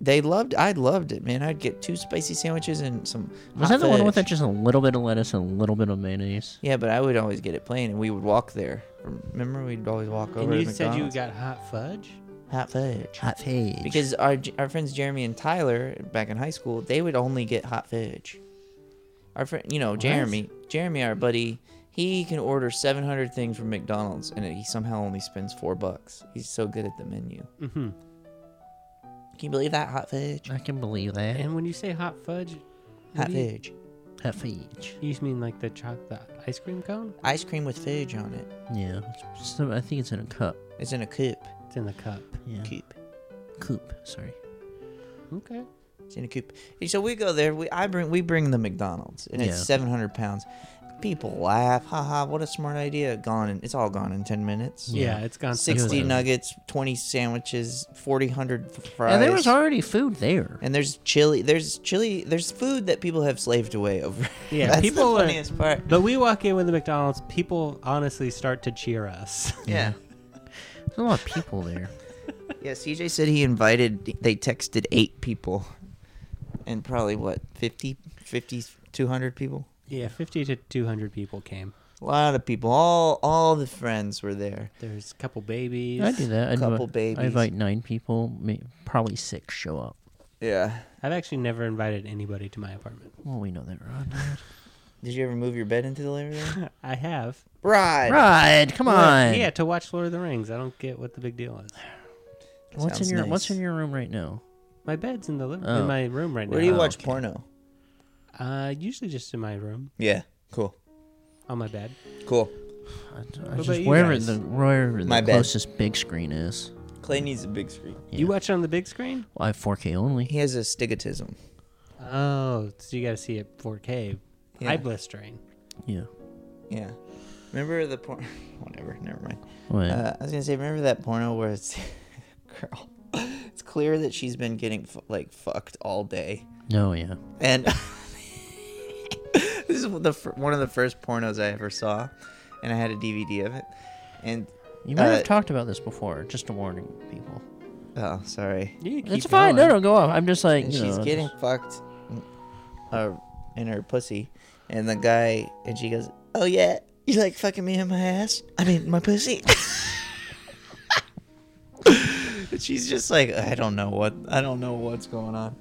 S3: They loved. I loved it, man. I'd get two spicy sandwiches and some.
S4: Was
S3: hot
S4: that the one
S3: fudge.
S4: with that just a little bit of lettuce and a little bit of mayonnaise?
S3: Yeah, but I would always get it plain, and we would walk there. Remember, we'd always walk over.
S2: and you
S3: to
S2: said you
S3: McDonald's.
S2: got hot fudge.
S3: hot fudge.
S4: Hot fudge.
S3: Because our our friends Jeremy and Tyler back in high school, they would only get hot fudge. Our friend, you know, Jeremy, Jeremy, our buddy, he can order 700 things from McDonald's, and he somehow only spends four bucks. He's so good at the menu.
S2: Mm-hmm.
S3: Can you believe that hot fudge?
S4: I can believe that.
S2: And when you say hot fudge, what
S3: Hot
S2: do you,
S3: fudge.
S4: Hot fudge.
S2: you just mean like the chocolate ice cream cone?
S3: Ice cream with fudge on it.
S4: Yeah. So I think it's in a cup.
S3: It's in a coupe.
S2: It's in the cup.
S4: Yeah.
S3: Coupe.
S4: Coop. Sorry.
S2: Okay.
S3: It's in a coupe. And so we go there. We I bring we bring the McDonald's, and it's
S4: Yeah.
S3: 700 pounds. People laugh. Haha! What a smart idea. Gone. In, it's all gone in 10 minutes.
S2: Yeah, it's gone. so
S3: 60
S2: quick.
S4: Really?
S3: nuggets, 20 sandwiches, 40 hundred f- fries.
S4: And there was already food there.
S3: And there's chili. There's chili. There's food that people have slaved away over.
S2: Yeah,
S3: That's
S2: people
S3: the
S2: are-
S3: funniest part.
S2: But we walk in with the McDonald's, people honestly start to cheer us.
S3: Yeah.
S4: There's a lot of people there.
S3: Yeah, CJ said he invited, they texted eight people. And probably, what, 50, 50, 200 people?
S2: Yeah, 50 to 200 people came.
S3: A lot of people. All all the friends were there.
S2: There's a couple babies.
S4: I do that. I
S3: Couple
S4: I
S3: babies.
S4: invite nine people. may- Probably six show up.
S3: Yeah.
S2: I've actually never invited anybody to my apartment.
S4: Well, we know that, Rod.
S3: Did you ever move your bed into the living room?
S2: I have.
S3: Right.
S4: Rod, come on.
S2: Yeah, to watch Lord of the Rings. I don't get what the big deal is.
S4: What's
S3: Sounds
S4: in your What's
S3: nice.
S4: in your room right now?
S2: My bed's in the living,
S4: Oh.
S2: in my room right now.
S3: Where do you
S4: Oh,
S3: watch
S4: okay.
S3: porno?
S2: Uh, usually just in my room
S3: Yeah. Cool.
S2: on my bed.
S3: Cool.
S4: I, d- I
S2: What about
S4: just
S2: you
S4: wherever
S2: guys?
S4: the wherever the
S3: My bed.
S4: closest big screen is.
S3: Clay needs a big screen.
S4: Yeah.
S2: You watch it on the big screen?
S4: Well, I have 4K only.
S3: He has astigmatism.
S2: Oh, so you got to see it 4K.
S3: Yeah.
S2: Eye blistering.
S4: Yeah.
S3: Yeah. Remember the porn? Whatever. Never mind.
S4: What?
S3: Uh, I was gonna say, remember that porno where it's girl. It's clear that she's been getting fu- like fucked all day,
S4: no, yeah.
S3: and this is the fir- one of the first pornos I ever saw, and I had a DVD of it. And
S4: You might
S3: uh,
S4: have talked about this before. Just a warning, people.
S3: oh, sorry.
S2: You can
S4: It's
S2: keep
S4: fine.
S2: going.
S4: No, no, go off. I'm just like
S3: And
S4: you
S3: she's
S4: know,
S3: getting
S4: just-
S3: fucked, uh, in her pussy, and the guy, and she goes, "Oh yeah, You like fucking me in my ass? I mean, my pussy. And She's just like, I don't know what, I don't know what's going on.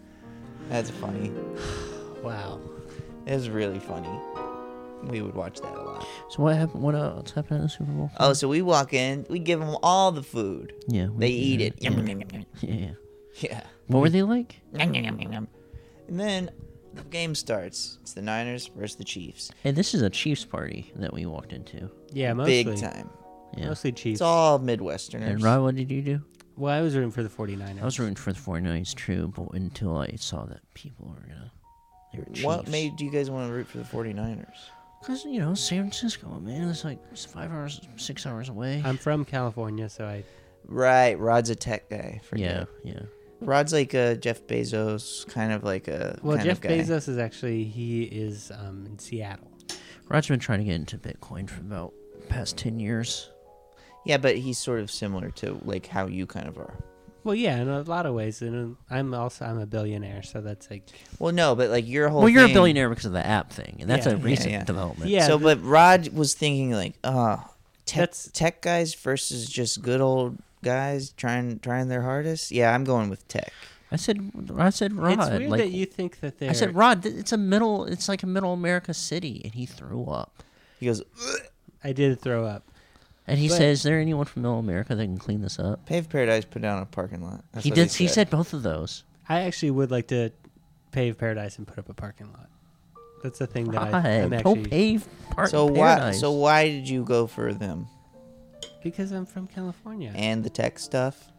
S3: That's funny.
S4: Wow.
S3: It's really funny. We would watch that a lot.
S4: So what happened? What else happened at the Super Bowl?
S3: Oh, so we walk in, we give them all the food.
S4: Yeah, we
S3: They
S4: did
S3: eat
S4: that.
S3: it. Yum, yum, yum, yum.
S4: Yeah. yeah.
S3: Mm-hmm. Yeah.
S4: What were they like?
S3: Yum, yum, yum, yum, yum. And then the game starts. It's the Niners versus the Chiefs.
S4: Hey, this is a Chiefs party that we walked into.
S2: Yeah, mostly.
S3: Big time.
S4: Yeah.
S2: Mostly Chiefs.
S3: It's all Midwesterners.
S4: And Rob, what did you do?
S2: well, I was rooting for the 49ers.
S4: I was rooting for the 49ers too, but until I saw that people were gonna, they were Chiefs.
S3: what made you guys want to root for the 49ers?
S4: Cause you know San Francisco, man. It's like it's five hours, six hours away.
S2: I'm from California, so I.
S3: Right, Rod's a tech guy.
S4: yeah,
S3: Forget.
S4: yeah.
S3: Rod's like a Jeff Bezos, kind of like a
S2: Well,
S3: kind
S2: Jeff
S3: of guy.
S2: Bezos is actually he is um, in Seattle.
S4: Rod's been trying to get into Bitcoin for about past ten years.
S3: Yeah, but he's sort of similar to like how you kind of are.
S2: Well, yeah, in a lot of ways, and uh, I'm also I'm a billionaire, so that's like
S3: Well, no, but like your whole
S4: Well, you're a
S3: thing-
S4: billionaire because of the app thing, and that's
S2: Yeah,
S4: a
S2: yeah,
S4: recent
S3: yeah.
S4: development.
S2: Yeah,
S3: so,
S2: the-
S3: but Rod was thinking like, oh, tech,
S2: That's-
S3: tech guys versus just good old guys trying trying their hardest. Yeah, I'm going with tech.
S4: I said, I said, Rod.
S2: it's weird
S4: like,
S2: that you think that they're.
S4: I said, Rod, th- it's a middle, it's like a middle America city, and he threw up.
S3: He goes,
S2: I did throw up.
S4: And he
S2: But-
S4: said, "Is there anyone from middle America that can clean this up?"
S3: Pave Paradise put down a parking lot. That's
S4: he
S3: what
S4: did. He said both of those.
S2: I actually would like to pave paradise and put up a parking lot. That's the thing that I,
S4: Right.
S2: am
S4: Go
S2: actually
S4: pave part
S3: So why?
S4: paradise.
S3: So why did you go for them
S2: because I'm from California.
S3: and the tech stuff?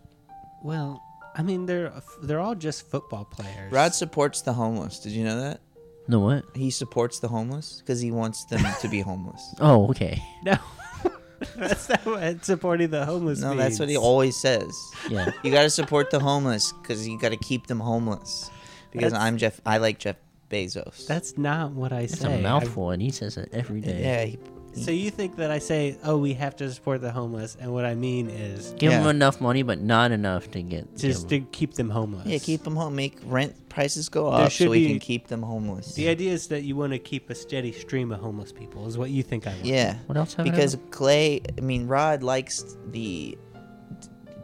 S2: well, I mean they're they're all just football players.
S3: Rod supports the homeless. Did you know that?
S4: No what?
S3: He supports the homeless because he wants them to be homeless.
S4: Oh, okay.
S2: no, that's not what supporting the homeless.
S3: No, that's what he
S2: means.
S3: always says.
S4: Yeah.
S3: You got to support the homeless because you got to keep them homeless. Because
S2: That's-
S3: I'm Jeff. I like Jeff Bezos.
S2: That's not what I
S4: It's
S2: say.
S4: a
S2: I-
S4: mouthful, and he says it every day.
S3: yeah. He,
S2: so you think that I say, "Oh, we have to support the homeless," and what I mean is
S4: Give
S3: Yeah.
S4: him enough money, but not enough to get.
S2: just to
S4: give
S2: keep them homeless.
S3: yeah, keep them home. Make rent prices go
S2: There
S3: up so
S2: should
S3: we
S2: be-
S3: can keep them homeless.
S2: The idea is that you want to keep a steady stream of homeless people, is what you think I want.
S3: Yeah.
S4: What else have I
S3: Because Clay, I mean, Rod likes the.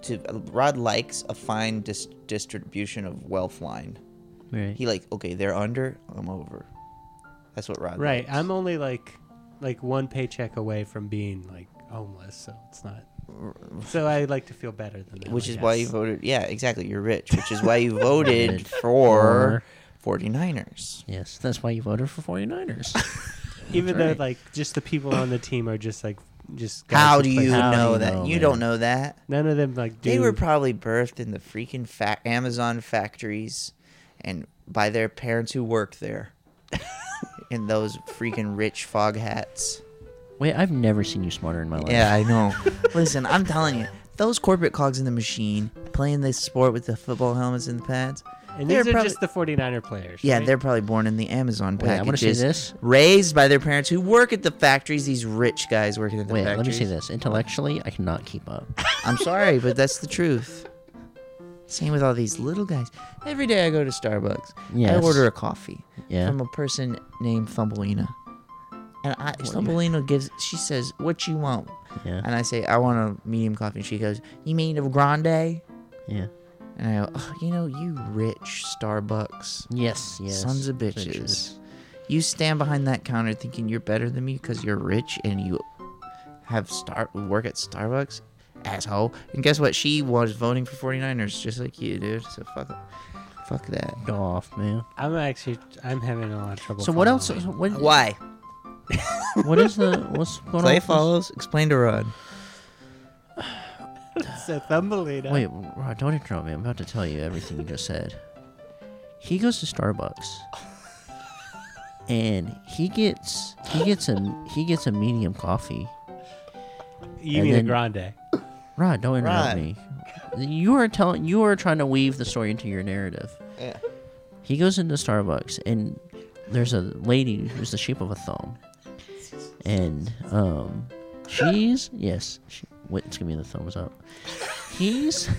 S3: To, Rod likes a fine dis- distribution of wealth line.
S4: right.
S3: He like okay, they're under, I'm over. That's what Rod.
S2: Right.
S3: likes.
S2: I'm only like like one paycheck away from being like homeless, so it's not. So I like to feel better than that.
S3: which
S2: I
S3: is why you
S2: guess.
S3: voted. Yeah, exactly. You're rich, which is why you voted for 49ers.
S4: yes, that's why you voted for 49ers.
S2: even
S4: That's
S2: though
S4: right.
S2: like just the people on the team are just like just. guys
S3: How
S2: who
S3: do
S2: play
S3: you
S2: football.
S4: How do
S3: know
S4: you
S3: that?
S4: know,
S3: you
S4: man?
S3: don't know that.
S2: None of them like do.
S3: They were probably birthed in the freaking fa- Amazon factories and by their parents who worked there in those freaking rich fog hats.
S4: Wait, I've never seen you smarter in my life.
S3: Yeah, I know. Listen, I'm telling you, those corporate cogs in the machine playing this sport with the football helmets and the pads.
S2: and
S3: they
S2: these
S3: were
S2: are
S3: probably-
S2: just the 49er players.
S3: Yeah,
S2: right?
S3: they're probably born in the Amazon
S4: Wait, I wanna
S3: packages.
S4: see this.
S3: Raised by their parents who work at the factories. These rich guys working at the
S4: Wait,
S3: factories.
S4: let me say this. Intellectually, I cannot keep up.
S3: I'm sorry, but that's the truth. Same with all these little guys. Every day I go to Starbucks. I
S4: Yes.
S3: order a coffee
S4: Yeah.
S3: from a person named Thumbelina. And I, Thumbelina gives, she says, what you want?
S4: Yeah.
S3: And I say, I want a medium coffee. And she goes, you mean a grande?
S4: Yeah.
S3: And I go, oh, you know, you rich Starbucks.
S4: Yes. Yes.
S3: Sons of bitches. You stand behind that counter thinking you're better than me because you're rich and you have star work at Starbucks, asshole. And guess what? She was voting for 49ers just like you, dude. So fuck, fuck that.
S4: Go off, man.
S2: I'm actually I'm having a lot of trouble.
S4: So what else?
S2: following.
S4: What,
S3: Why?
S4: what is the what's going on?
S3: Clay
S4: with this?
S3: follows. Explain to Rod.
S2: So Thumbelina.
S4: Wait, Rod, don't interrupt me. I'm about to tell you everything you just said. He goes to Starbucks, and he gets he gets a he gets a medium coffee.
S2: you
S4: and
S2: need a
S4: then-
S2: grande.
S4: Rod, don't interrupt
S3: Rod.
S4: me. You are telling you are trying to weave the story into your narrative.
S3: Yeah.
S4: He goes into Starbucks, and there's a lady who's the shape of a thumb, and um, she's yes, she, wait, it's gonna be the thumbs up. He's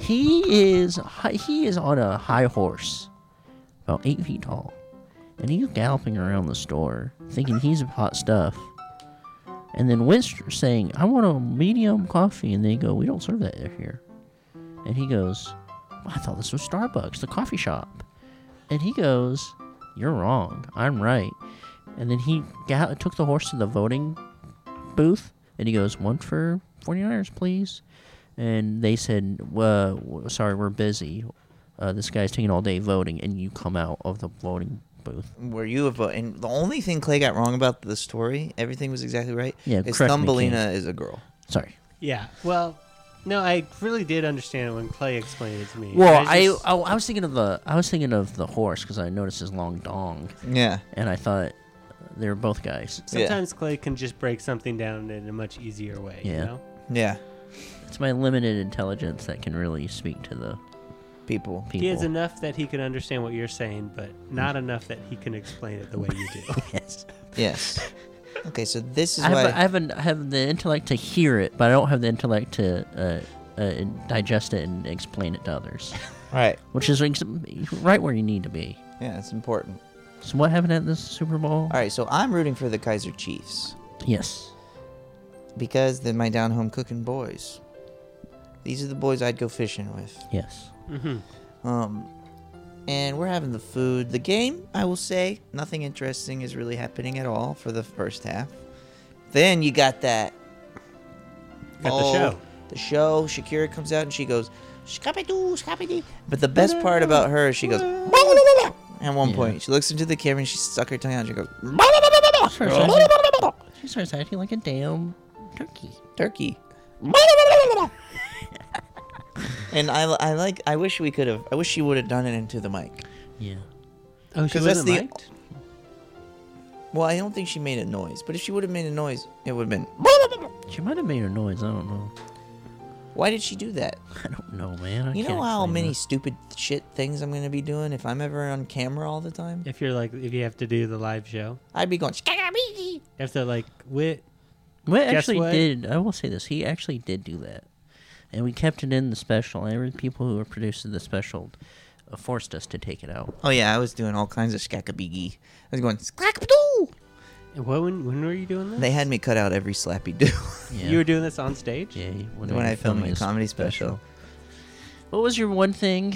S4: he is hi- he is on a high horse, about eight feet tall, and he's galloping around the store, thinking he's hot stuff. And then Winston saying, I want a medium coffee. And they go, We don't serve that here. And he goes, I thought this was Starbucks, the coffee shop. And he goes, You're wrong. I'm right. And then he got, took the horse to the voting booth and he goes, One for 49ers, please. And they said, uh, w- Sorry, we're busy. Uh, this guy's taking all day voting. And you come out of the voting booth.
S3: Were you a vote? And the only thing Clay got wrong about the story, everything was exactly right.
S4: Yeah,
S3: is
S4: correct me,
S3: Thumbelina is a girl.
S4: Sorry.
S2: Yeah. Well, no, I really did understand it when Clay explained it to me.
S4: Well,
S2: was
S4: I, oh,
S2: just-
S4: I I was thinking of the I was thinking of the horse because I noticed his long dong,
S3: Yeah.
S4: and I thought they were both guys.
S3: Yeah.
S2: sometimes Clay can just break something down in a much easier way. You
S4: Yeah.
S2: know?
S3: Yeah.
S4: It's my limited intelligence that can really speak to the
S3: People.
S4: people. Hmm.
S2: He has enough that he can understand what you're saying, but not enough that he can explain it the way you do.
S4: Yes.
S3: Yes. okay, so this is
S4: I
S3: why.
S4: have, I have an- I have the intellect to hear it, but I don't have the intellect to uh, uh, in- digest it and explain it to others,
S3: right.
S4: which is ex- right where you need to be.
S3: Yeah, it's important.
S4: So what happened at this Super Bowl?
S3: All right, so I'm rooting for the Kaiser Chiefs
S4: Yes.
S3: because they're my down home cooking boys. These are the boys I'd go fishing with.
S4: Yes.
S3: Um, and we're having the food. The game, I will say, nothing interesting is really happening at all for the first half. Then you got that.
S2: Got the
S3: oh,
S2: show.
S3: The show. Shakira comes out and she goes, Scooby Doo, Scooby Doo. But the best part about her is she goes, at one point, she looks into the camera and she stuck her tongue out and she goes,
S4: She starts acting- She starts acting like a damn turkey.
S3: turkey. and I, I like I wish we could have I wish she would have done it into the mic.
S4: Yeah.
S2: Oh, she
S3: 'Cause that's
S2: wasn't
S3: the-
S2: mic'd?
S3: Well, I don't think she made a noise, but if she would have made a noise, it would have been.
S4: She might have made a noise. I don't know.
S3: Why did she do that?
S4: I don't know, man. I
S3: You know
S4: can't
S3: how
S4: explain
S3: many
S4: that.
S3: stupid shit things I'm gonna be doing if I'm ever on camera all the time.
S2: If you're like, if you have to do the live show,
S3: I'd be going.
S2: you have to like wit.
S4: Well,
S2: Guess
S4: actually,
S2: what?
S4: did I will say this? He actually did do that, and we kept it in the special. And every people who were producing the special uh, forced us to take it out.
S3: Oh yeah, I was doing all kinds of skakabiggy. I was going skakaboo.
S2: What when when were you doing this?
S3: They had me cut out every slappy do
S4: Yeah.
S2: You were doing this on stage.
S4: yeah, when,
S3: when
S4: were
S3: I filmed my
S4: filming this
S3: comedy special.
S4: What was your one thing?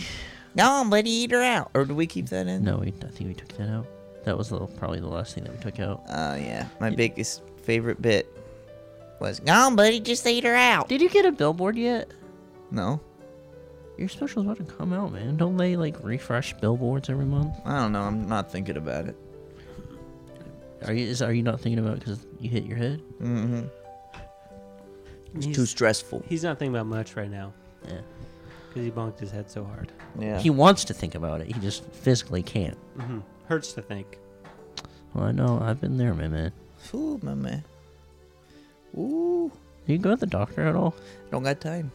S3: No, I'm ready to eat her out. Or do we keep that in?
S4: No, we, I think we took that out. That was the, probably the last thing that we took out.
S3: Uh, yeah, my biggest favorite bit was gone, buddy. Just eat her out.
S4: Did you get a billboard yet?
S3: No,
S4: Your special's about to come out, man. Don't they like refresh billboards every month?
S3: I don't know. I'm not thinking about it.
S4: Are you is, are you not thinking about because you hit your head?
S3: It's
S2: He's-
S3: Mm-hmm. too stressful.
S2: He's not thinking about much right now
S4: Yeah.
S2: because he bonked his head so hard.
S3: Yeah.
S4: He wants to think about it. He just physically can't.
S2: Hurts to think.
S4: Well, I know. I've been there, my man.
S3: Ooh, my man. Ooh.
S4: Do you go to the doctor at all?
S3: Don't got time.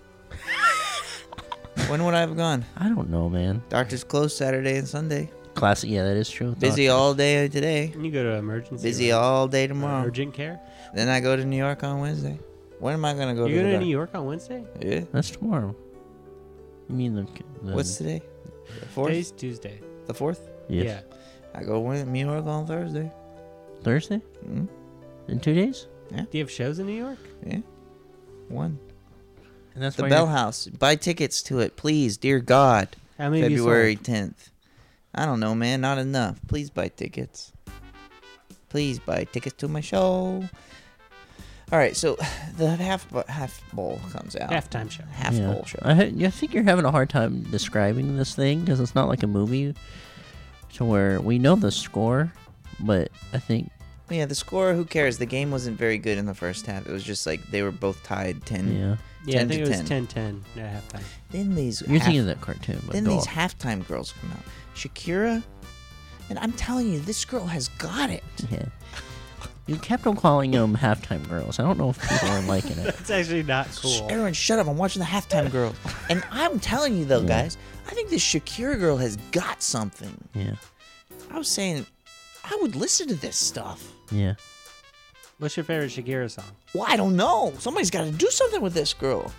S3: when would I have gone?
S4: I don't know, man.
S3: Doctor's closed Saturday and Sunday.
S4: Classic. Yeah, that is true.
S3: Busy
S4: Doctor.
S3: all day today.
S2: You go to emergency.
S3: Busy
S2: right?
S3: all day
S2: Or
S3: tomorrow.
S2: Urgent care.
S3: Then I go to New York on Wednesday. When am I gonna
S2: You're
S3: go to
S2: going
S3: the
S2: to New York on Wednesday?
S3: doc- Yeah.
S4: That's tomorrow. You mean the, the
S3: What's today? The fourth.
S2: Today's Tuesday.
S3: The fourth.
S4: yes.
S3: I go win New York on Thursday.
S4: Thursday
S3: Mm.
S4: in two days?
S2: Do you have shows in New York?
S3: Yeah. One.
S4: And that's
S3: The
S4: why
S3: Bell
S4: you're-
S3: House. Buy tickets to it, please, dear God.
S2: How many? have you sold?
S3: February tenth. I don't know, man. Not enough. Please buy tickets. Please buy tickets to my show. All right, so the half bu- half bowl comes out.
S2: halftime show.
S3: half
S4: yeah.
S3: bowl show.
S4: I, ha- I think you're having a hard time describing this thing because it's not like a movie, to where we know the score, but I think
S3: Yeah, the score. Who cares? The game wasn't very good in the first half. It was just like they were both tied ten.
S4: yeah,
S2: Yeah, I
S3: 10
S2: think
S3: to
S2: it was
S3: 10.
S2: 10-10 at halftime.
S3: Then these.
S4: you're
S3: half-
S4: thinking of that cartoon. But
S3: Then
S4: go
S3: these
S4: on.
S3: halftime girls come out. Shakira, and I'm telling you, this girl has got it.
S4: Yeah. You kept on calling them halftime girls. I don't know if people are liking it.
S2: It's actually not
S3: Sh-
S2: cool.
S3: Everyone, shut up! I'm watching the halftime girls, and I'm telling you though,
S4: Yeah.
S3: guys, I think this Shakira girl has got something.
S4: Yeah.
S3: I was saying, I would listen to this stuff.
S4: Yeah.
S2: What's your favorite Shakira song?
S3: Well, I don't know. Somebody's got to do something with this girl.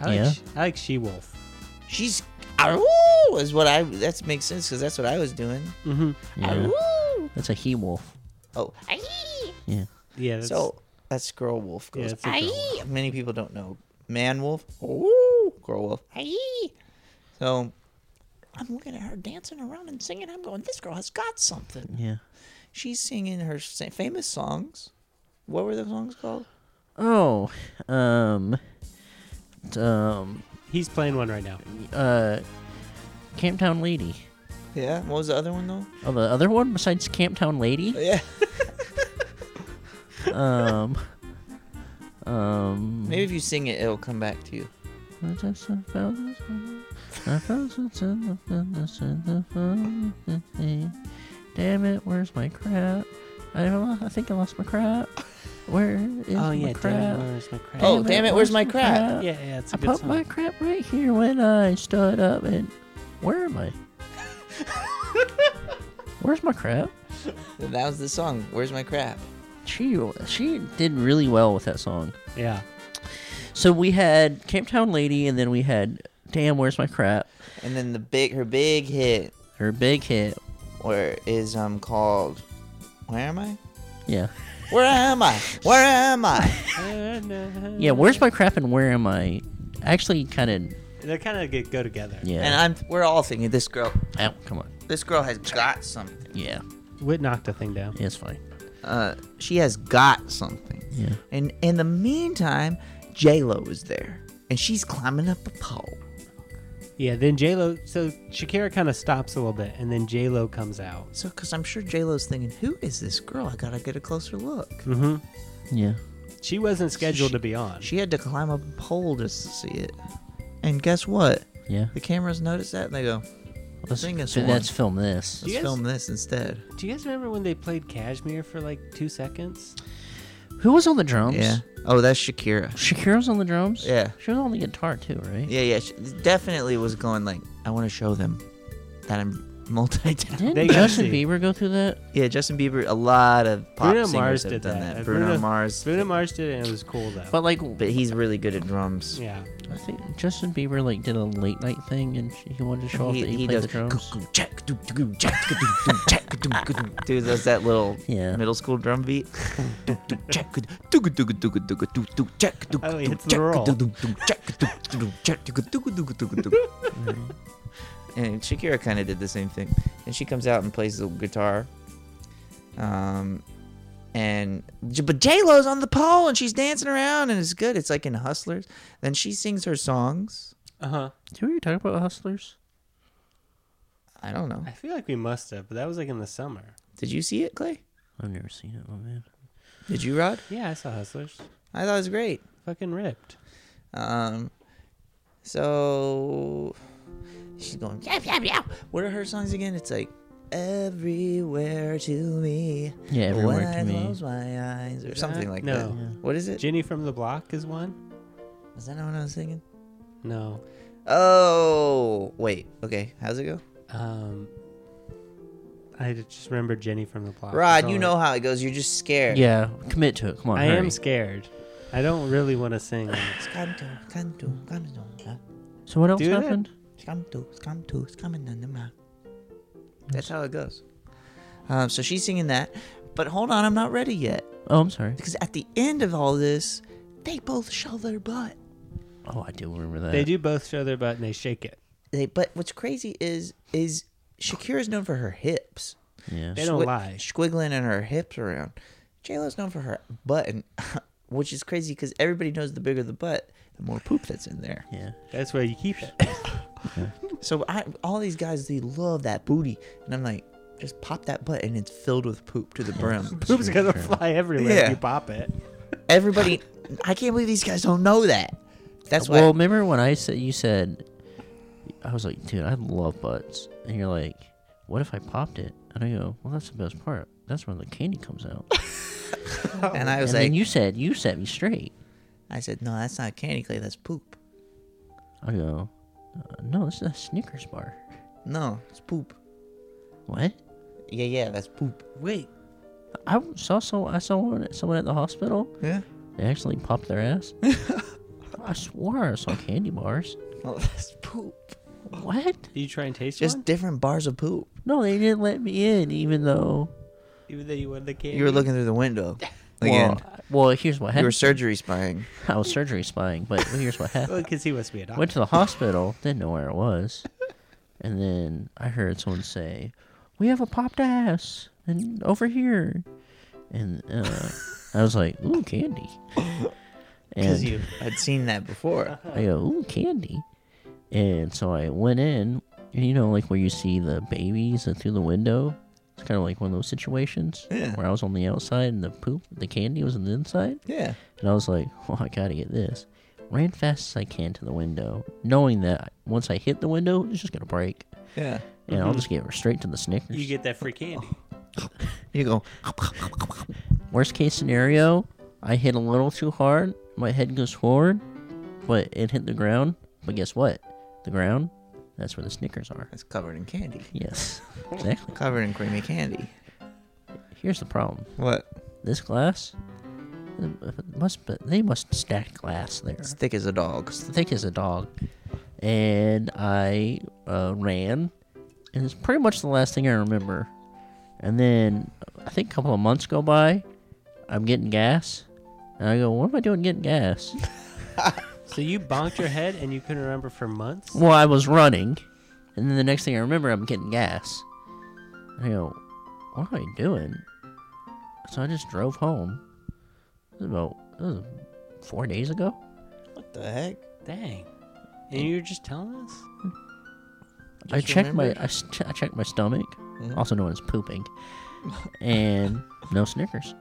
S2: I like,
S4: Yeah.
S2: Sh- I like She Wolf.
S3: She's Aroo! is what I. That makes sense because that's what I was doing.
S2: Mm-hmm.
S4: Yeah.
S3: Aroo!
S4: That's a he wolf.
S3: Oh, aye.
S4: Yeah.
S2: Yeah. That's,
S3: so That's girl wolf.
S2: Yeah,
S3: Goes
S2: it's a girl.
S3: Many people don't know man wolf. Ooh, girl wolf.
S5: Hey,
S3: So
S5: I'm looking at her dancing around and singing. I'm going, this girl has got something.
S4: Yeah.
S3: she's singing her sa- famous songs. What were those songs called?
S4: Oh, um, t- um,
S2: He's playing one right now.
S4: uh, Camptown Lady.
S3: Yeah. What was the other one though?
S4: Oh, the other one besides Camptown Lady.
S3: Yeah.
S4: Um, um.
S3: Maybe if you sing it, it'll come back to you.
S4: What is the frozen sun? The frozen sun, the frozen sun, the frozen thing. Damn it! Where's my crap? I don't know, I think I lost my crap. Where is
S2: Oh yeah,
S4: my
S2: damn,
S4: crap?
S2: it, where's my crap?
S3: Oh, damn it, where's my crap?
S2: yeah, yeah, it's a
S4: I
S2: good
S4: put
S2: song.
S4: my crap right here when I stood up and where am I? Where's my crap?
S3: That was the song. Where's my crap?
S4: She she did really well with that song.
S2: Yeah,
S4: So we had Camp Town Lady and then we had Damn Where's My Crap.
S3: And then the big, her big hit,
S4: Her big hit.
S3: where is um called, where am I?
S4: Yeah.
S3: Where am I? Where am I?
S4: Yeah, Where's My Crap and Where Am I? Actually kind of
S2: they kind of get go together.
S4: yeah.
S3: And I'm, we're all thinking this girl,
S4: Ow, come on.
S3: this girl has got something.
S4: Yeah.
S2: Whit knocked a thing down.
S4: It's fine.
S3: Uh, she has got something.
S4: Yeah.
S3: And in the meantime, J Lo is there, and she's climbing up a pole.
S2: Yeah, then J Lo. So Shakira kind of stops a little bit, and then J Lo comes out.
S3: So, because I'm sure J Lo's thinking, who is this girl? I gotta get a closer look.
S2: Mm-hmm.
S4: Yeah.
S2: She wasn't scheduled to be on.
S3: She had to climb up a pole just to see it. And guess what?
S4: Yeah.
S3: The cameras notice that, and they go,
S4: Let's,
S3: think it's
S4: fi-
S3: one.
S4: let's film this.
S3: "Let's
S2: guys-
S3: film this instead."
S2: Do you guys remember when they played Cashmere for like two seconds?
S4: Who was on the drums?
S3: Yeah. Oh, that's Shakira.
S4: Shakira was on the drums?
S3: Yeah.
S4: She was on the guitar too, right?
S3: Yeah, yeah. She definitely was going like, "I want to show them that I'm multi-talented."
S4: Didn't
S2: They got
S4: Justin
S2: to.
S4: Bieber go through that?
S3: Yeah, Justin Bieber. A lot of pop
S2: Bruno
S3: singers
S2: Mars
S3: have
S2: did
S3: done
S2: that.
S3: that. Bruno,
S2: Bruno-
S3: Mars.
S2: Bruno Mars did it, and it was cool though.
S4: But like,
S3: But he's really good at drums.
S2: yeah,
S4: I think Justin Bieber like did a late night thing and she, he wanted to show off
S3: he,
S4: that he,
S3: he
S4: played
S3: does
S4: the drums.
S3: "Cuckoo, check, doo, doo, doo, check, doo, doo, check, doo, doo, doo." dude does that little
S4: Yeah.
S3: middle school drum beat Doo, doo, check, doo, doo, doo, doo, doo, doo, doo, doo, check, doo,
S2: Oh, he
S3: doo,
S2: hits the
S3: check,
S2: roll.
S3: doo, doo, doo, check, doo, doo, doo, check, doo, doo, doo, doo, doo, doo. and Shakira kind of did the same thing and she comes out and plays the guitar um and J- but J Lo's on the pole and she's dancing around and it's good. It's like in Hustlers. Then she sings her songs.
S2: uh huh.
S4: Did we talk about Hustlers?
S3: I don't know.
S2: I feel like we must have, but that was like in the summer.
S3: Did you see it, Clay?
S4: I've never seen it, my man.
S3: Did you, Rod?
S2: Yeah, I saw Hustlers.
S3: I thought it was great.
S2: Fucking ripped.
S3: Um, so she's going, yeah, yeah, yeah. What are her songs again? It's like everywhere to me.
S4: Yeah,
S3: when
S4: everywhere to
S3: I
S4: me.
S3: close my eyes, or
S2: Is
S3: something
S2: that-
S3: like
S2: no.
S3: that.
S2: Yeah.
S3: What is it?
S2: Ginny from the Block is one.
S3: Is that not what I was singing?
S2: No.
S3: Oh, wait. Okay, how's it go?
S2: Um, I just remember Jenny from the block. That's
S3: Rod,
S2: Uh, all
S3: you
S2: I-
S3: know how it goes. You're just scared.
S4: Yeah, commit to it. Come on,
S2: I
S4: hurry.
S2: am scared. I don't really want to sing. on it.
S3: Scanto, canto, canto, huh?
S4: So what else
S2: Do that.
S4: happened?
S3: Scanto, scanto, scamananda, ma. That's how it goes. Um, so she's singing that, but hold on, I'm not ready yet.
S4: Oh, I'm sorry.
S3: Because at the end of all this, they both show their butt.
S4: Oh, I do remember that.
S2: They do both show their butt and they shake it.
S3: They, but what's crazy is is Shakira's known for her hips.
S4: Yeah.
S2: They don't lie.
S3: Squiggling and her hips around. JLo's known for her butt, and which is crazy because everybody knows the bigger the butt, the more poop that's in there.
S4: Yeah.
S2: That's where you keep it.
S3: So I, all these guys, they love that booty, and I'm like, just pop that butt, and it's filled with poop to the brim.
S2: Poop's gonna fly everywhere
S3: Yeah.
S2: if you pop it.
S3: everybody, I can't believe these guys don't know that. That's why.
S4: well, remember when I said you said, I was like, dude, I love butts, and you're like, what if I popped it? And I go, well, that's the best part. That's when the candy comes out.
S3: and I was like,
S4: and then you said you set me straight.
S3: I said, no, that's not candy clay, that's poop.
S4: I go, Oh, uh, no, this is a Snickers bar.
S3: No, it's poop.
S4: What?
S3: Yeah, yeah, that's poop. Wait.
S4: I saw so I saw one, someone at the hospital.
S3: Yeah.
S4: They actually popped their ass. I swore I saw candy bars.
S3: Well, Oh, that's poop.
S4: What?
S2: Do you try and taste
S3: Just
S2: one?
S3: different bars of poop.
S4: No, they didn't let me in, even though
S2: Even though you wanted the candy.
S3: You were looking through the window. again.
S4: Well, well, here's
S3: you
S4: what
S3: were
S4: happened.
S3: surgery spying.
S4: I was surgery spying, but here's what happened.
S2: because he must be a doctor.
S4: Went to the hospital, didn't know where it was. And then I heard someone say, We have a popped ass and over here. And uh, I was like, Ooh, candy. And
S3: Because you had seen that before.
S4: I go, Ooh, candy. And so I went in, and you know, like where you see the babies and through the window? It's kind of like one of those situations
S3: Yeah.
S4: where I was on the outside and the poop, the candy was on the inside.
S3: Yeah.
S4: And I was like, well, I gotta get this. Ran fast as I can to the window, knowing that once I hit the window, it's just gonna break.
S3: Yeah.
S4: And I'll just get straight to the Snickers.
S2: Mm-hmm. you get that free candy.
S3: You go.
S4: Worst case scenario, I hit a little too hard, my head goes forward, but it hit the ground. But guess what? The ground, that's where the Snickers are.
S3: It's covered in candy.
S4: Yes, exactly.
S3: Covered in creamy candy.
S4: Here's the problem.
S3: What?
S4: This glass, it must be, they must stack glass there.
S3: It's thick as a dog.
S4: thick as a dog. And I uh, ran, and it's pretty much the last thing I remember. And then I think a couple of months go by, I'm getting gas, and I go, "What am I doing getting gas?"
S2: So you bonked your head and you couldn't remember for months.
S4: well, I was running, and then the next thing I remember, I'm getting gas. And I go, "What am I doing?" So I just drove home. It was about it was four days ago.
S3: What the heck?
S2: Dang. And you were just telling us.
S4: I
S3: Just
S4: checked my
S3: remembered. Mm-hmm.
S4: I, s- I checked my stomach, also known as pooping, and no Snickers.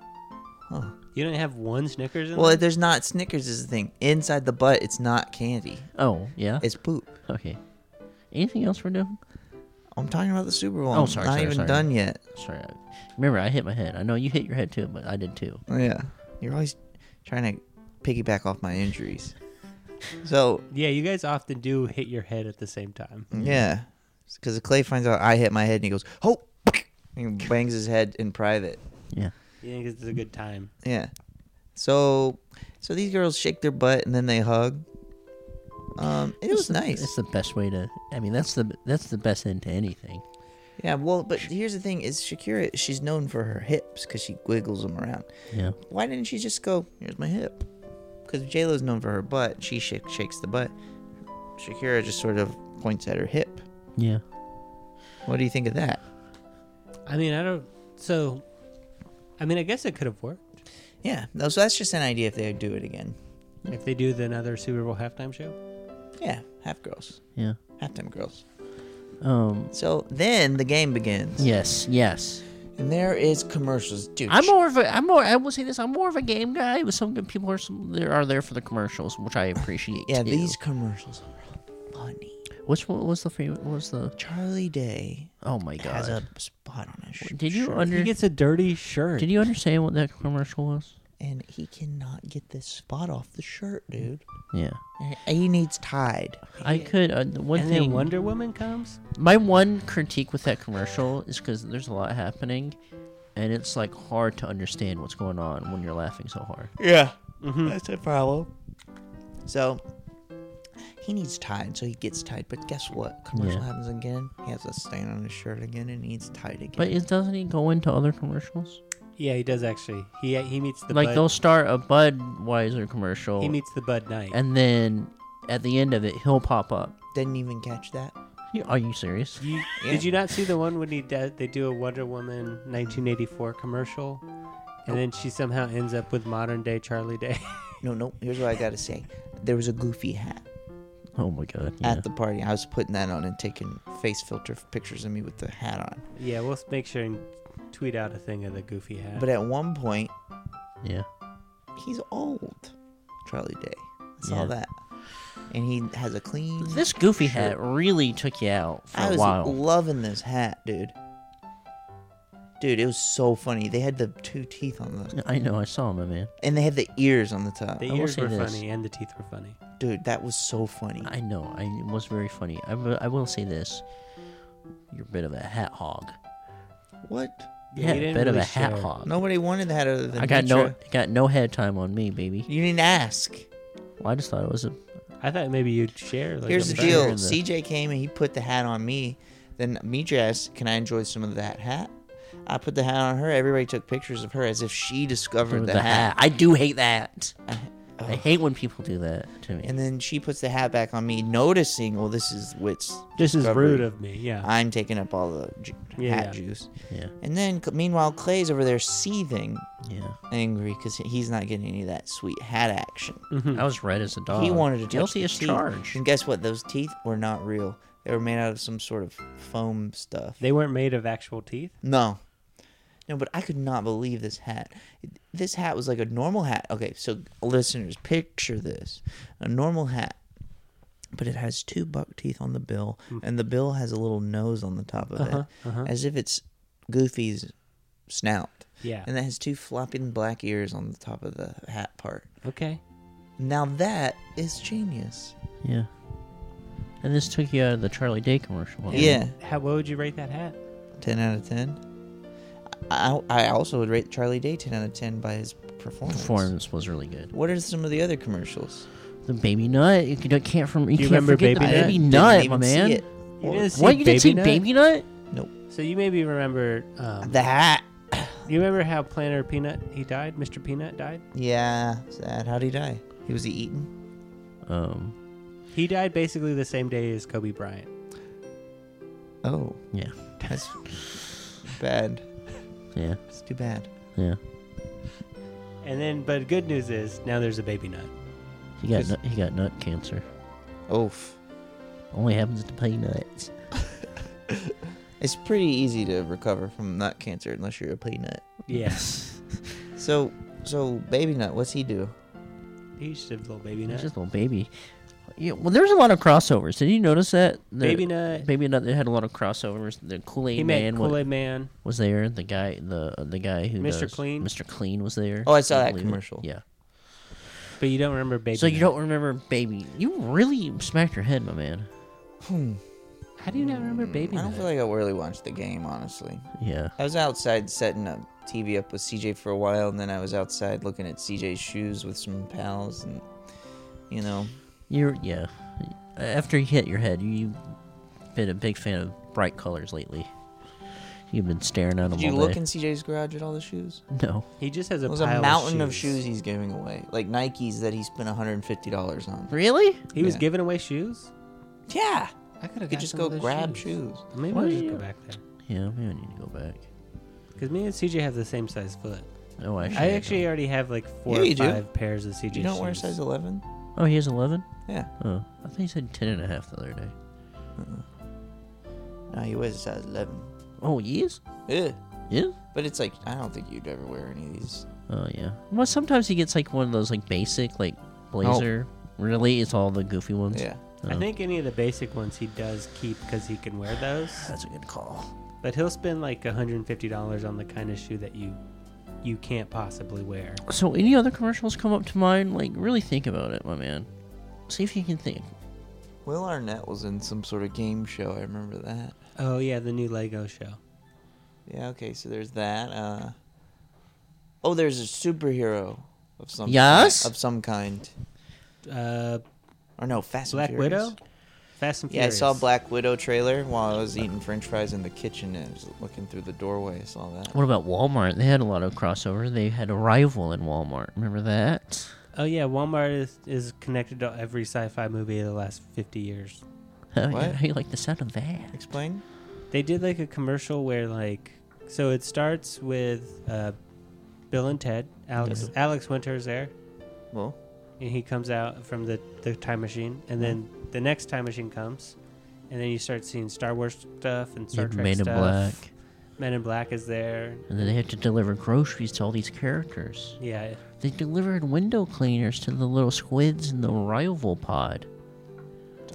S2: You don't have one Snickers in
S3: Well,
S2: there?
S3: there's not Snickers is the thing. Inside the butt, it's not candy.
S4: Oh yeah.
S3: It's poop.
S4: okay. Anything else we're doing?
S3: I'm talking about the Super Bowl.
S4: Oh,
S3: I'm
S4: sorry,
S3: Not
S4: sorry,
S3: even
S4: sorry.
S3: done yet.
S4: Sorry. I- Remember, I hit my head. I know you hit your head too, but I did too.
S3: Oh, yeah. You're always trying to piggyback off my injuries. So
S2: Yeah, you guys often do hit your head at the same time.
S4: Mm-hmm.
S3: yeah, because if Clay finds out I hit my head and he goes, "Oh!" and bangs his head in private.
S4: Yeah.
S2: You think it's a good time.
S3: Yeah. So, so these girls shake their butt and then they hug. Um, it was
S4: It's the-
S3: nice.
S4: It's the best way to. I mean, that's the that's the best end to anything.
S3: Yeah, well, but here's the thing: is Shakira? She's known for her hips because she wiggles them around.
S4: Yeah.
S3: Why didn't she just go? Here's my hip. Because J Lo's known for her butt. She sh- shakes the butt. Shakira just sort of points at her hip.
S4: Yeah.
S3: What do you think of that?
S2: I mean, I don't. So, I mean, I guess it could have worked
S3: Yeah. No, so that's just an idea if they do it again.
S2: if they do the another Super Bowl halftime show.
S3: Yeah, half girls,
S4: Yeah.
S3: halftime girls.
S4: Um.
S3: So then the game begins.
S4: Yes. Yes.
S3: And there is commercials, dude.
S4: I'm more of a. I'm more. I will say this. I'm more of a game guy. But some good people are some. There are there for the commercials, which I appreciate.
S3: Yeah,
S4: too.
S3: these commercials are funny.
S4: Which one was the favorite? Was the
S3: Charlie Day
S4: Oh my god!
S3: has a spot on his shirt.
S4: Did you
S2: He
S4: under
S2: gets a dirty shirt.
S4: Did you understand what that commercial was?
S3: and he cannot get this spot off the shirt, dude.
S4: Yeah,
S3: And He needs tied.
S4: I could. Uh, one
S2: and
S4: thing.
S2: then Wonder Woman comes.
S4: my one critique with that commercial is because there's a lot happening, and it's like hard to understand what's going on when you're laughing so hard.
S3: Yeah,
S4: Mm-hmm.
S3: that's a problem. So he needs tied, so he gets tied. But guess what? Commercial
S4: Yeah.
S3: happens again. He has a stain on his shirt again, and he's tied again.
S4: But is, doesn't he go into other commercials?
S2: Yeah, he does actually. He he meets the
S4: like
S2: Bud,
S4: they'll start a Budweiser commercial,
S2: he meets the Bud Knight.
S4: and then at the end of it, he'll pop up.
S3: Didn't even catch that.
S4: You- Are you serious?
S2: You,
S3: Yeah.
S2: Did you not see the one when he did, they do a Wonder Woman 1984 commercial, and then she somehow ends up with modern day Charlie Day?
S3: No, no. Here's what I gotta say. There was a goofy hat
S4: Oh my god! Yeah.
S3: at the party. I was putting that on and taking face filter pictures of me with the hat on.
S2: yeah, we'll make sure and tweet out a thing of the goofy hat.
S3: But at one point,
S4: yeah.
S3: he's old. Charlie Day. I saw
S4: Yeah.
S3: that. And he has a clean.
S4: This goofy hat really took you out for
S3: I
S4: a
S3: was
S4: while.
S3: loving this hat, dude. Dude, it was so funny. They had the two teeth on the,
S4: I know. I saw my man.
S3: and they had the ears on the top.
S2: the
S4: I will
S2: ears
S4: say
S2: were
S4: this.
S2: funny and the teeth were funny.
S3: Dude, that was so funny.
S4: I know. I it was very funny. I, will- I will say this. You're a bit of a hat hog.
S3: What?
S2: Yeah, he
S4: a
S2: didn't
S4: bit of a
S2: really
S4: hat
S2: show.
S4: hog.
S3: Nobody wanted that other than
S4: I got no
S3: Mitra.
S4: got no head time on me, baby.
S3: You didn't ask.
S4: Well, I just thought it was a.
S2: I thought maybe you'd share. Like,
S3: Here's
S2: a
S3: the
S4: I'm
S3: deal.
S4: sure the-
S3: CJ came and he put the hat on me. Then Mitra asked, "Can I enjoy some of that hat?" I put the hat on her. Everybody took pictures of her as if she discovered
S4: With
S3: the,
S4: the
S3: hat.
S4: hat. I do hate that. I hate when people do that to me.
S3: And then she puts the hat back on me, noticing, well, this is Wit's.
S2: This is
S3: discovery.
S2: rude of me. Yeah.
S3: I'm taking up all the ju-
S2: Yeah,
S3: hat
S2: yeah.
S3: juice.
S4: yeah,
S3: And then, c- meanwhile, Clay's over there seething,
S4: yeah.
S3: angry because he's not getting any of that sweet hat action.
S2: Mm-hmm.
S4: I was red as a dog.
S3: He wanted to touch
S4: Oh, guilty
S3: the
S4: as
S3: teeth.
S4: charged.
S3: And guess what? Those teeth were not real. They were made out of some sort of foam stuff.
S2: They weren't made of actual teeth.
S3: No. No, but I could not believe this hat. This hat was like a normal hat. Okay, so listeners, picture this a normal hat, but it has two buck teeth on the bill,
S4: Hmm.
S3: and the bill has a little nose on the top of
S4: Uh-huh,
S3: it, as if it's Goofy's snout.
S2: Yeah.
S3: And that has two flopping black ears on the top of the hat part.
S2: Okay.
S3: Now that is genius.
S4: Yeah. And this took you out of the Charlie Day commercial. wasn't it?
S3: Yeah.
S2: How what would you rate that hat?
S3: 10 out of 10. I, I also would rate Charlie Day 10 out of 10 by his performance.
S4: Performance was really good.
S3: What are some of the other commercials?
S4: The baby nut. You can- can't from. You,
S2: Do you
S4: can't
S2: remember
S4: forget the
S2: Baby Nut?
S4: baby
S3: Didn't
S4: nut, my
S3: even see
S4: man.
S3: it.
S2: You
S3: Well,
S2: didn't see
S4: What you didn't see
S2: Nut?
S4: baby nut?
S3: Nope.
S2: So you maybe remember. Um,
S3: The hat.
S2: you remember how Planner Peanut he died? Mr. Peanut died.
S3: Yeah. Sad. How'd he die? He was he eaten?
S4: Um.
S2: He died basically the same day as Kobe Bryant.
S3: Oh,
S4: Yeah.
S3: that's bad.
S4: Yeah.
S3: It's too bad.
S4: Yeah.
S2: And then, but good news is now there's a baby nut.
S4: He got
S3: Just-
S4: nut, he got nut cancer.
S3: Oof.
S4: Only happens to peanuts.
S3: It's pretty easy to recover from nut cancer unless you're a peanut.
S2: Yes.
S3: So, so baby nut, what's he do?
S2: He's just a little baby
S4: He's
S2: nut.
S4: just a little baby. Yeah, well, there's a lot of crossovers. Did you notice that? The-
S2: Baby Nut.
S4: Baby Nut. They had a lot of crossovers. The Kool
S2: he
S4: Aid
S2: made
S4: Man wa-
S2: Kool Aid Man.
S4: was there. The guy, the the guy who
S2: Mr.
S4: does-
S2: Clean?
S4: Mr. Clean was there.
S3: Oh, I saw
S4: Can't
S3: that
S4: believe it.
S3: commercial.
S4: Yeah.
S2: But you don't remember baby.
S4: So you
S2: Nut.
S4: don't remember Baby? You really smacked your head, my man.
S2: Hmm. How do you not remember baby?
S3: I don't
S2: Nut?
S3: feel like I really watched the game, honestly.
S4: Yeah.
S3: I was outside setting up TV up with CJ for a while, and then I was outside looking at CJ's shoes with some pals, and you know,
S4: You're yeah. After you hit your head, you've been a big fan of bright colors lately. You've been staring at them
S3: did you
S4: all
S3: look
S4: day.
S3: in CJ's garage at all the shoes?
S4: No.
S2: He just has a
S3: There's
S2: pile
S3: a mountain
S2: of
S3: of
S2: shoes.
S3: shoes he's giving away, like Nikes that he spent 150 dollars on.
S4: Really?
S2: He was
S3: Yeah.
S2: giving away shoes.
S3: Yeah,
S2: I could have.
S3: you could just go grab shoes.
S2: Maybe
S4: Why
S2: we'll
S4: do
S2: just go
S4: you-
S2: back there.
S4: Yeah, maybe I need to go back.
S2: Because me and CJ have the same size foot.
S4: Oh, actually.
S2: I actually already have like four
S3: Yeah, you
S2: or
S3: do.
S2: five pairs of CJ
S3: You don't wear
S2: shoes.
S3: size 11?
S4: Oh, he has 11?
S3: Yeah,
S4: Oh, I thought he said 10 and a half the other day.
S3: no, he wears a size 11.
S4: Oh, he is?
S3: Yeah,
S4: Yeah?
S3: but it's like I don't think you'd ever wear any of these.
S4: Oh, yeah. Well, sometimes he gets like one of those like basic, like blazer. Really? It's all the goofy ones?
S3: Oh. Yeah,
S2: I think any of the basic ones he does keep because he can wear those.
S4: That's a good call.
S2: But he'll spend like $150 on the kind of shoe that you you can't possibly wear.
S4: So, any other commercials come up to mind? Like, really think about it, my man. See if you can think.
S3: Will Arnett was in some sort of game show. I remember that.
S2: Oh yeah, the new Lego show.
S3: Yeah, okay, so there's that. Uh Oh, there's a superhero of some
S4: Yes?
S3: of some kind.
S2: Uh,
S3: Or no, Fast
S2: Black
S3: and Furious.
S2: Widow? Fast and
S3: Yeah, I
S2: Furious.
S3: saw Black Widow trailer while I was eating french fries in the kitchen and I was looking through the doorway. I saw that.
S4: What about Walmart? They had a lot of crossovers. They had a rival in Walmart. Remember that?
S2: Oh yeah, Walmart is, is connected to every sci-fi movie of the last 50 years.
S4: Oh, yeah,
S3: What?
S4: how you like the sound of that?
S3: Explain?
S2: They did like a commercial where like so it starts with uh, Bill and Ted. Alex Alex Winter's there.
S3: Well,
S2: and he comes out from the, the time machine, and then
S3: Mm-hmm.
S2: the next time machine comes, and then you start seeing Star Wars stuff and Star
S4: Yeah,
S2: Trek
S4: Men in
S2: stuff.
S4: Black.
S2: Men in Black is there.
S4: And then they had to deliver groceries to all these characters.
S2: Yeah,
S4: They delivered window cleaners to the little squids in the rival pod.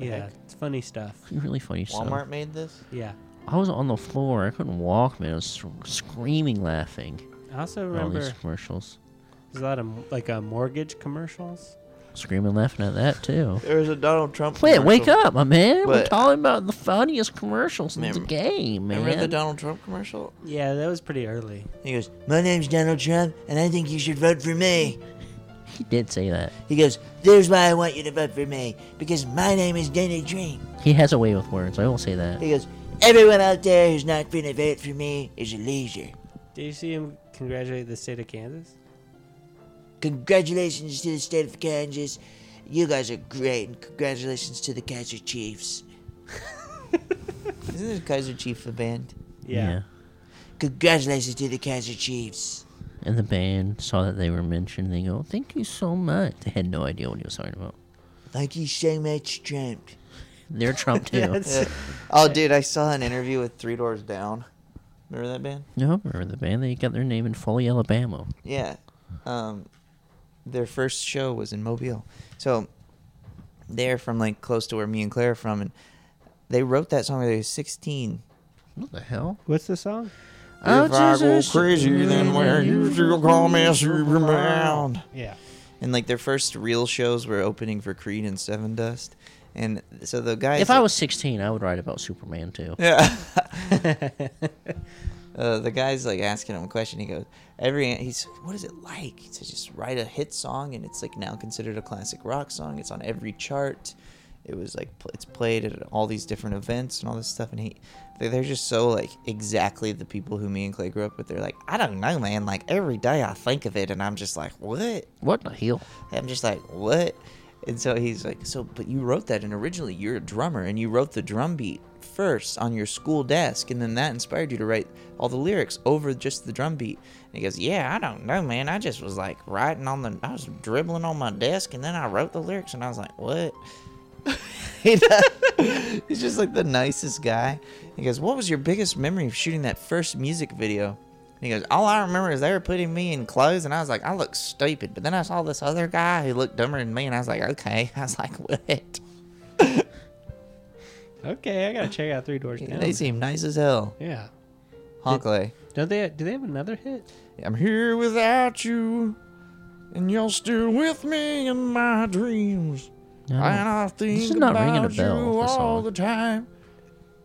S2: yeah, it's funny stuff.
S4: Really funny stuff.
S3: Walmart made this?
S2: Yeah.
S4: I was on the floor. I couldn't walk, man. I was sc- screaming, laughing.
S2: I also
S4: at All these
S2: remember
S4: commercials.
S2: there's a lot of like uh, mortgage commercials.
S4: Screaming, laughing at that, too.
S3: There was a Donald Trump
S4: Wait, wake up, my man. We're
S3: But-
S4: talking about the funniest commercials in the
S3: Remember-
S4: game, man.
S3: Remember the Donald Trump commercial?
S2: Yeah, that was pretty early.
S3: He goes, My name's Donald Trump and I think you should vote for me.
S4: he did say that.
S3: He goes, There's why I want you to vote for me, because my name is Donald Trump.
S4: He has a way with words. I will say that.
S3: He goes, Everyone out there who's not going to vote for me is a loser.
S2: Did you see him congratulate the state of Kansas?
S3: Congratulations to the state of Kansas. You guys are great, and congratulations to the Kaiser Chiefs. Isn't the Kaiser Chief the band? Congratulations to the Kaiser Chiefs.
S4: And the band saw that they were mentioned. They go, "Thank you so much." They had no idea what he was talking about.
S3: Thank you so much, Trump.
S4: They're Trump too.
S2: Yes.
S3: Oh, dude, I saw an interview with Three Doors Down. Remember that band?
S4: No, remember the band? They got their name in Foley, Alabama.
S3: Yeah. Um, their first show was in Mobile. So they're from like close to where me and Claire are from. And they wrote that song when they were 16.
S4: What the hell?
S2: What's the song?
S4: Oh,
S3: if I go
S4: Jesus.
S3: crazy, then where you still call me a Superman.
S2: Yeah.
S3: And like their first real shows were opening for Creed and Seven Dust. And so the guys.
S4: If I was 16, I would write about Superman too.
S3: Yeah. uh, the guy's like asking him a question. He goes, "Every he's like, what is it like to just write a hit song and it's like now considered a classic rock song? It's on every chart. It was like pl- it's played at all these different events and all this stuff. And he, they- they're just so like exactly the people who me and Clay grew up with. They're like, I don't know, man. Like every day I think of it and I'm just like, what?
S4: What the hell?
S3: I'm just like, what? And so he's like, so, but you wrote that, and originally you're a drummer, and you wrote the drum beat first on your school desk, and then that inspired you to write all the lyrics over just the drum beat. And he goes, yeah, I don't know, man. I just was like writing on the, I was dribbling on my desk, and then I wrote the lyrics, and I was like, what? He does- he's just like the nicest guy. He goes, What was your biggest memory of shooting that first music video? And he goes, All I remember is they were putting me in clothes, and I was like, I look stupid. But then I saw this other guy who looked dumber than me, and I was like, Okay. I was like, What?
S2: Okay, I gotta check out Three Doors Down.
S3: They seem nice as hell.
S2: Yeah.
S3: Honkley.
S2: Don't they? Do they have another hit?
S3: I'm here without you, and you're still with me in my dreams.
S4: No.
S3: And I think
S4: is not
S3: about
S4: ringing a bell,
S3: you
S4: this
S3: all
S4: song.
S3: the time.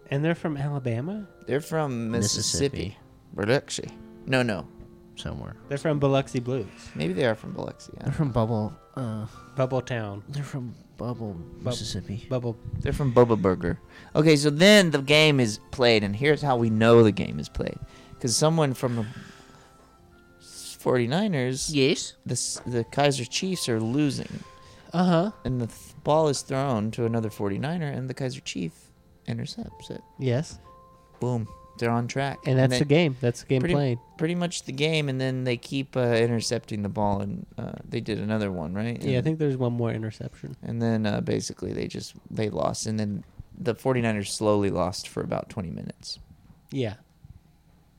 S2: And they're from Alabama.
S3: They're from Mississippi.
S4: Mississippi.
S3: Biloxi. No, no.
S4: Somewhere.
S2: They're from Biloxi Blues,
S3: Maybe they are from Biloxi. I
S4: They're from Bubble. Uh,
S2: Bubble Town,
S4: they're from Bubble, Mississippi.
S2: Bubble.
S3: They're from Bubba Burger. Okay, so then the game is played, and here's how we know the game is played. Because someone from the 49ers,
S4: yes.
S3: the, s- the Kaiser Chiefs are losing,
S4: Uh
S2: uh-huh,
S4: huh.
S3: and the th- ball is thrown to another 49er, and the Kaiser Chief intercepts it.
S2: Yes,
S3: Boom. They're on track.
S2: and that's
S3: they-
S2: the game. That's the game
S3: pretty,
S2: played.
S3: Pretty much the game, and then they keep uh, intercepting the ball, and uh, they did another one, right?
S2: Yeah, I
S3: And-
S2: think there's one more interception.
S3: And then uh, basically they just they lost, and then the 49ers slowly lost for about 20 minutes.
S2: Yeah.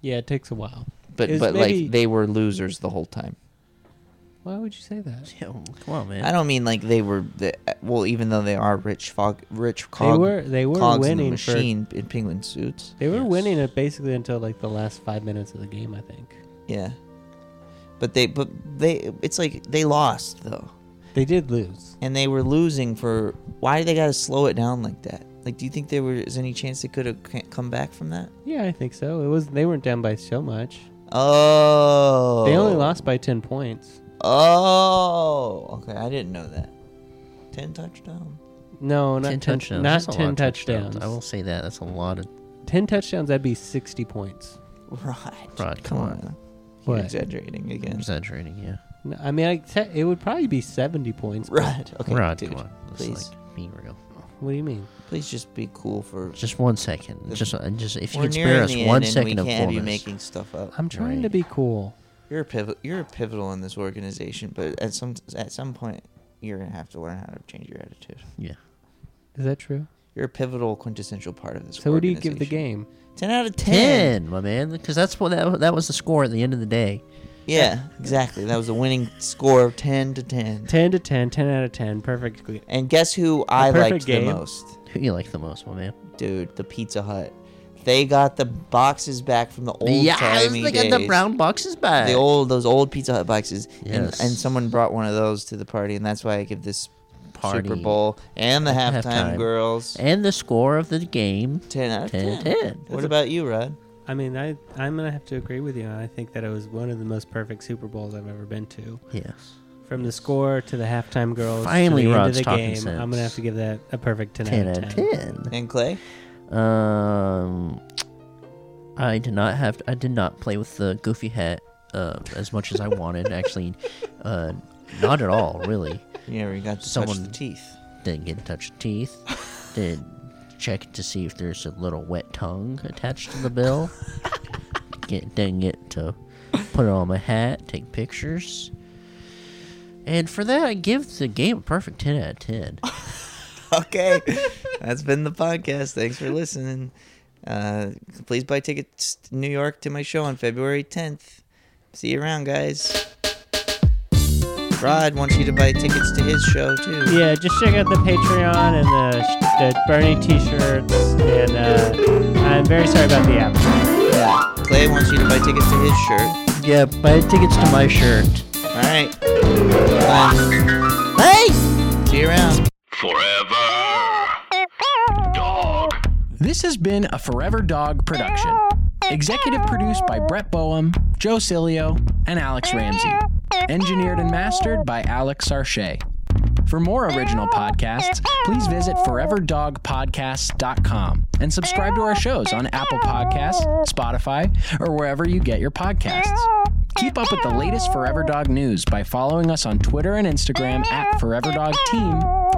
S2: Yeah, it takes a while.
S3: But
S2: Is
S3: but
S2: maybe-
S3: like they were losers the whole time.
S2: Why would you say that?
S4: Yeah, well, come on, man.
S3: I don't mean like they were the, well, even though they are rich fog, rich cog,
S2: they were they were
S3: cogs in the
S2: winning for
S3: machine in penguin suits.
S2: they were
S4: Yes.
S2: winning it basically until like the last five minutes of the game. I think
S3: Yeah. But they but they it's like they lost though,
S2: they did lose.
S3: and they were losing for why they got to slow it down like that? Like, do you think there was any chance they could have ca- come back from that?
S2: Yeah, I think so. It was they weren't down by so much.
S3: Oh,
S2: They only lost by ten points.
S3: Oh, okay. I didn't know that. Ten touchdowns.
S2: No, not
S4: Ten
S2: ten,
S4: touchdowns.
S2: not
S4: That's a lot
S2: ten
S4: of
S2: touchdowns.
S4: I will say that. That's a lot of
S2: Ten touchdowns. That'd be sixty points.
S3: Right.
S4: Rod, come on.
S3: You're
S2: What?
S3: exaggerating again.
S4: exaggerating, yeah.
S2: No, I mean, I te- it would probably be seventy points. but-
S3: Right. Okay,
S4: Rod,
S3: dude.
S4: come on. Let's
S3: Please,
S4: like be real.
S2: What do you mean?
S3: please just be cool for.
S4: Just one second.
S3: The-
S4: Just, uh, just if you
S3: We're
S4: could spare
S3: nearing
S4: us
S3: the
S4: one
S3: end, and we
S4: second of
S3: can't have you
S4: fullness.
S3: making stuff up.
S2: I'm trying to
S4: Right.
S2: be cool.
S3: You're a pivot. You're a pivotal in this organization, but at some at some point, you're gonna have to learn how to change your attitude.
S4: Yeah.
S2: Is that true?
S3: You're a pivotal, quintessential part of this.
S2: So, what do you give the
S3: organization.
S2: game?
S3: Ten out of ten.
S4: Ten, my man, because that's what that, that was the score at the end of the day.
S3: Yeah, exactly. That was a winning score of ten to ten.
S2: Ten to 10, 10 out of ten, perfectly.
S3: And guess who I
S2: perfect
S3: liked
S2: game.
S3: the most?
S4: Who you like the most, my man?
S3: dude, the Pizza Hut. They got the boxes back from the old timey
S4: they
S3: days.
S4: got the brown boxes back.
S3: The old those old Pizza Hut boxes,
S4: Yes.
S3: and, and someone brought one of those to the party, and that's why I give this Super
S4: Party.
S3: Bowl and the halftime,
S4: Halftime.
S3: girls
S4: and the score of the game.
S3: ten out of
S4: 10
S3: ten.
S4: out of 10.
S3: What about you, Rod?
S2: I mean, I I'm gonna have to agree with you. I think that it was one of the most perfect Super Bowls I've ever been to.
S4: Yes.
S2: From the score to the halftime girls,
S4: Finally
S2: to the end
S4: Rod's
S2: of the
S4: talking
S2: game. I'm gonna have
S4: sense.
S2: to give that a perfect ten,
S4: Ten out of ten.
S3: And Clay?
S4: Um, I did not have. I did not play with the goofy hat uh, as much as I wanted. Actually, uh, not at all. Really,
S3: You never got to touch
S4: Someone-
S3: the teeth.
S4: didn't get in touch with teeth. Did check to see if there's a little wet tongue attached to the bill. get didn't get to put it on my hat. Take pictures. And for that, I give the game a perfect ten out of ten.
S3: Okay, that's been the podcast. Thanks for listening. Uh, please buy tickets to New York to my show on February 10th. See you around, guys. Rod wants you to buy tickets to his show too.
S2: Yeah, just check out the Patreon and the, sh- the Bernie T-shirts, and uh, I'm very sorry about the app.
S3: Yeah. Clay wants you to buy tickets to his shirt.
S4: Yeah, buy tickets to my shirt.
S3: All right. Bye. See you around.
S1: Forever. Dog.
S8: This has been a Forever Dog production. Executive produced by Brett Boehm, Joe Cilio, and Alex Ramsey. Engineered and mastered by Alex Sarche. For more original podcasts, please visit foreverdogpodcasts.com and subscribe to our shows on Apple Podcasts, Spotify, or wherever you get your podcasts. Keep up with the latest Forever Dog news by following us on Twitter and Instagram at Forever Dog Team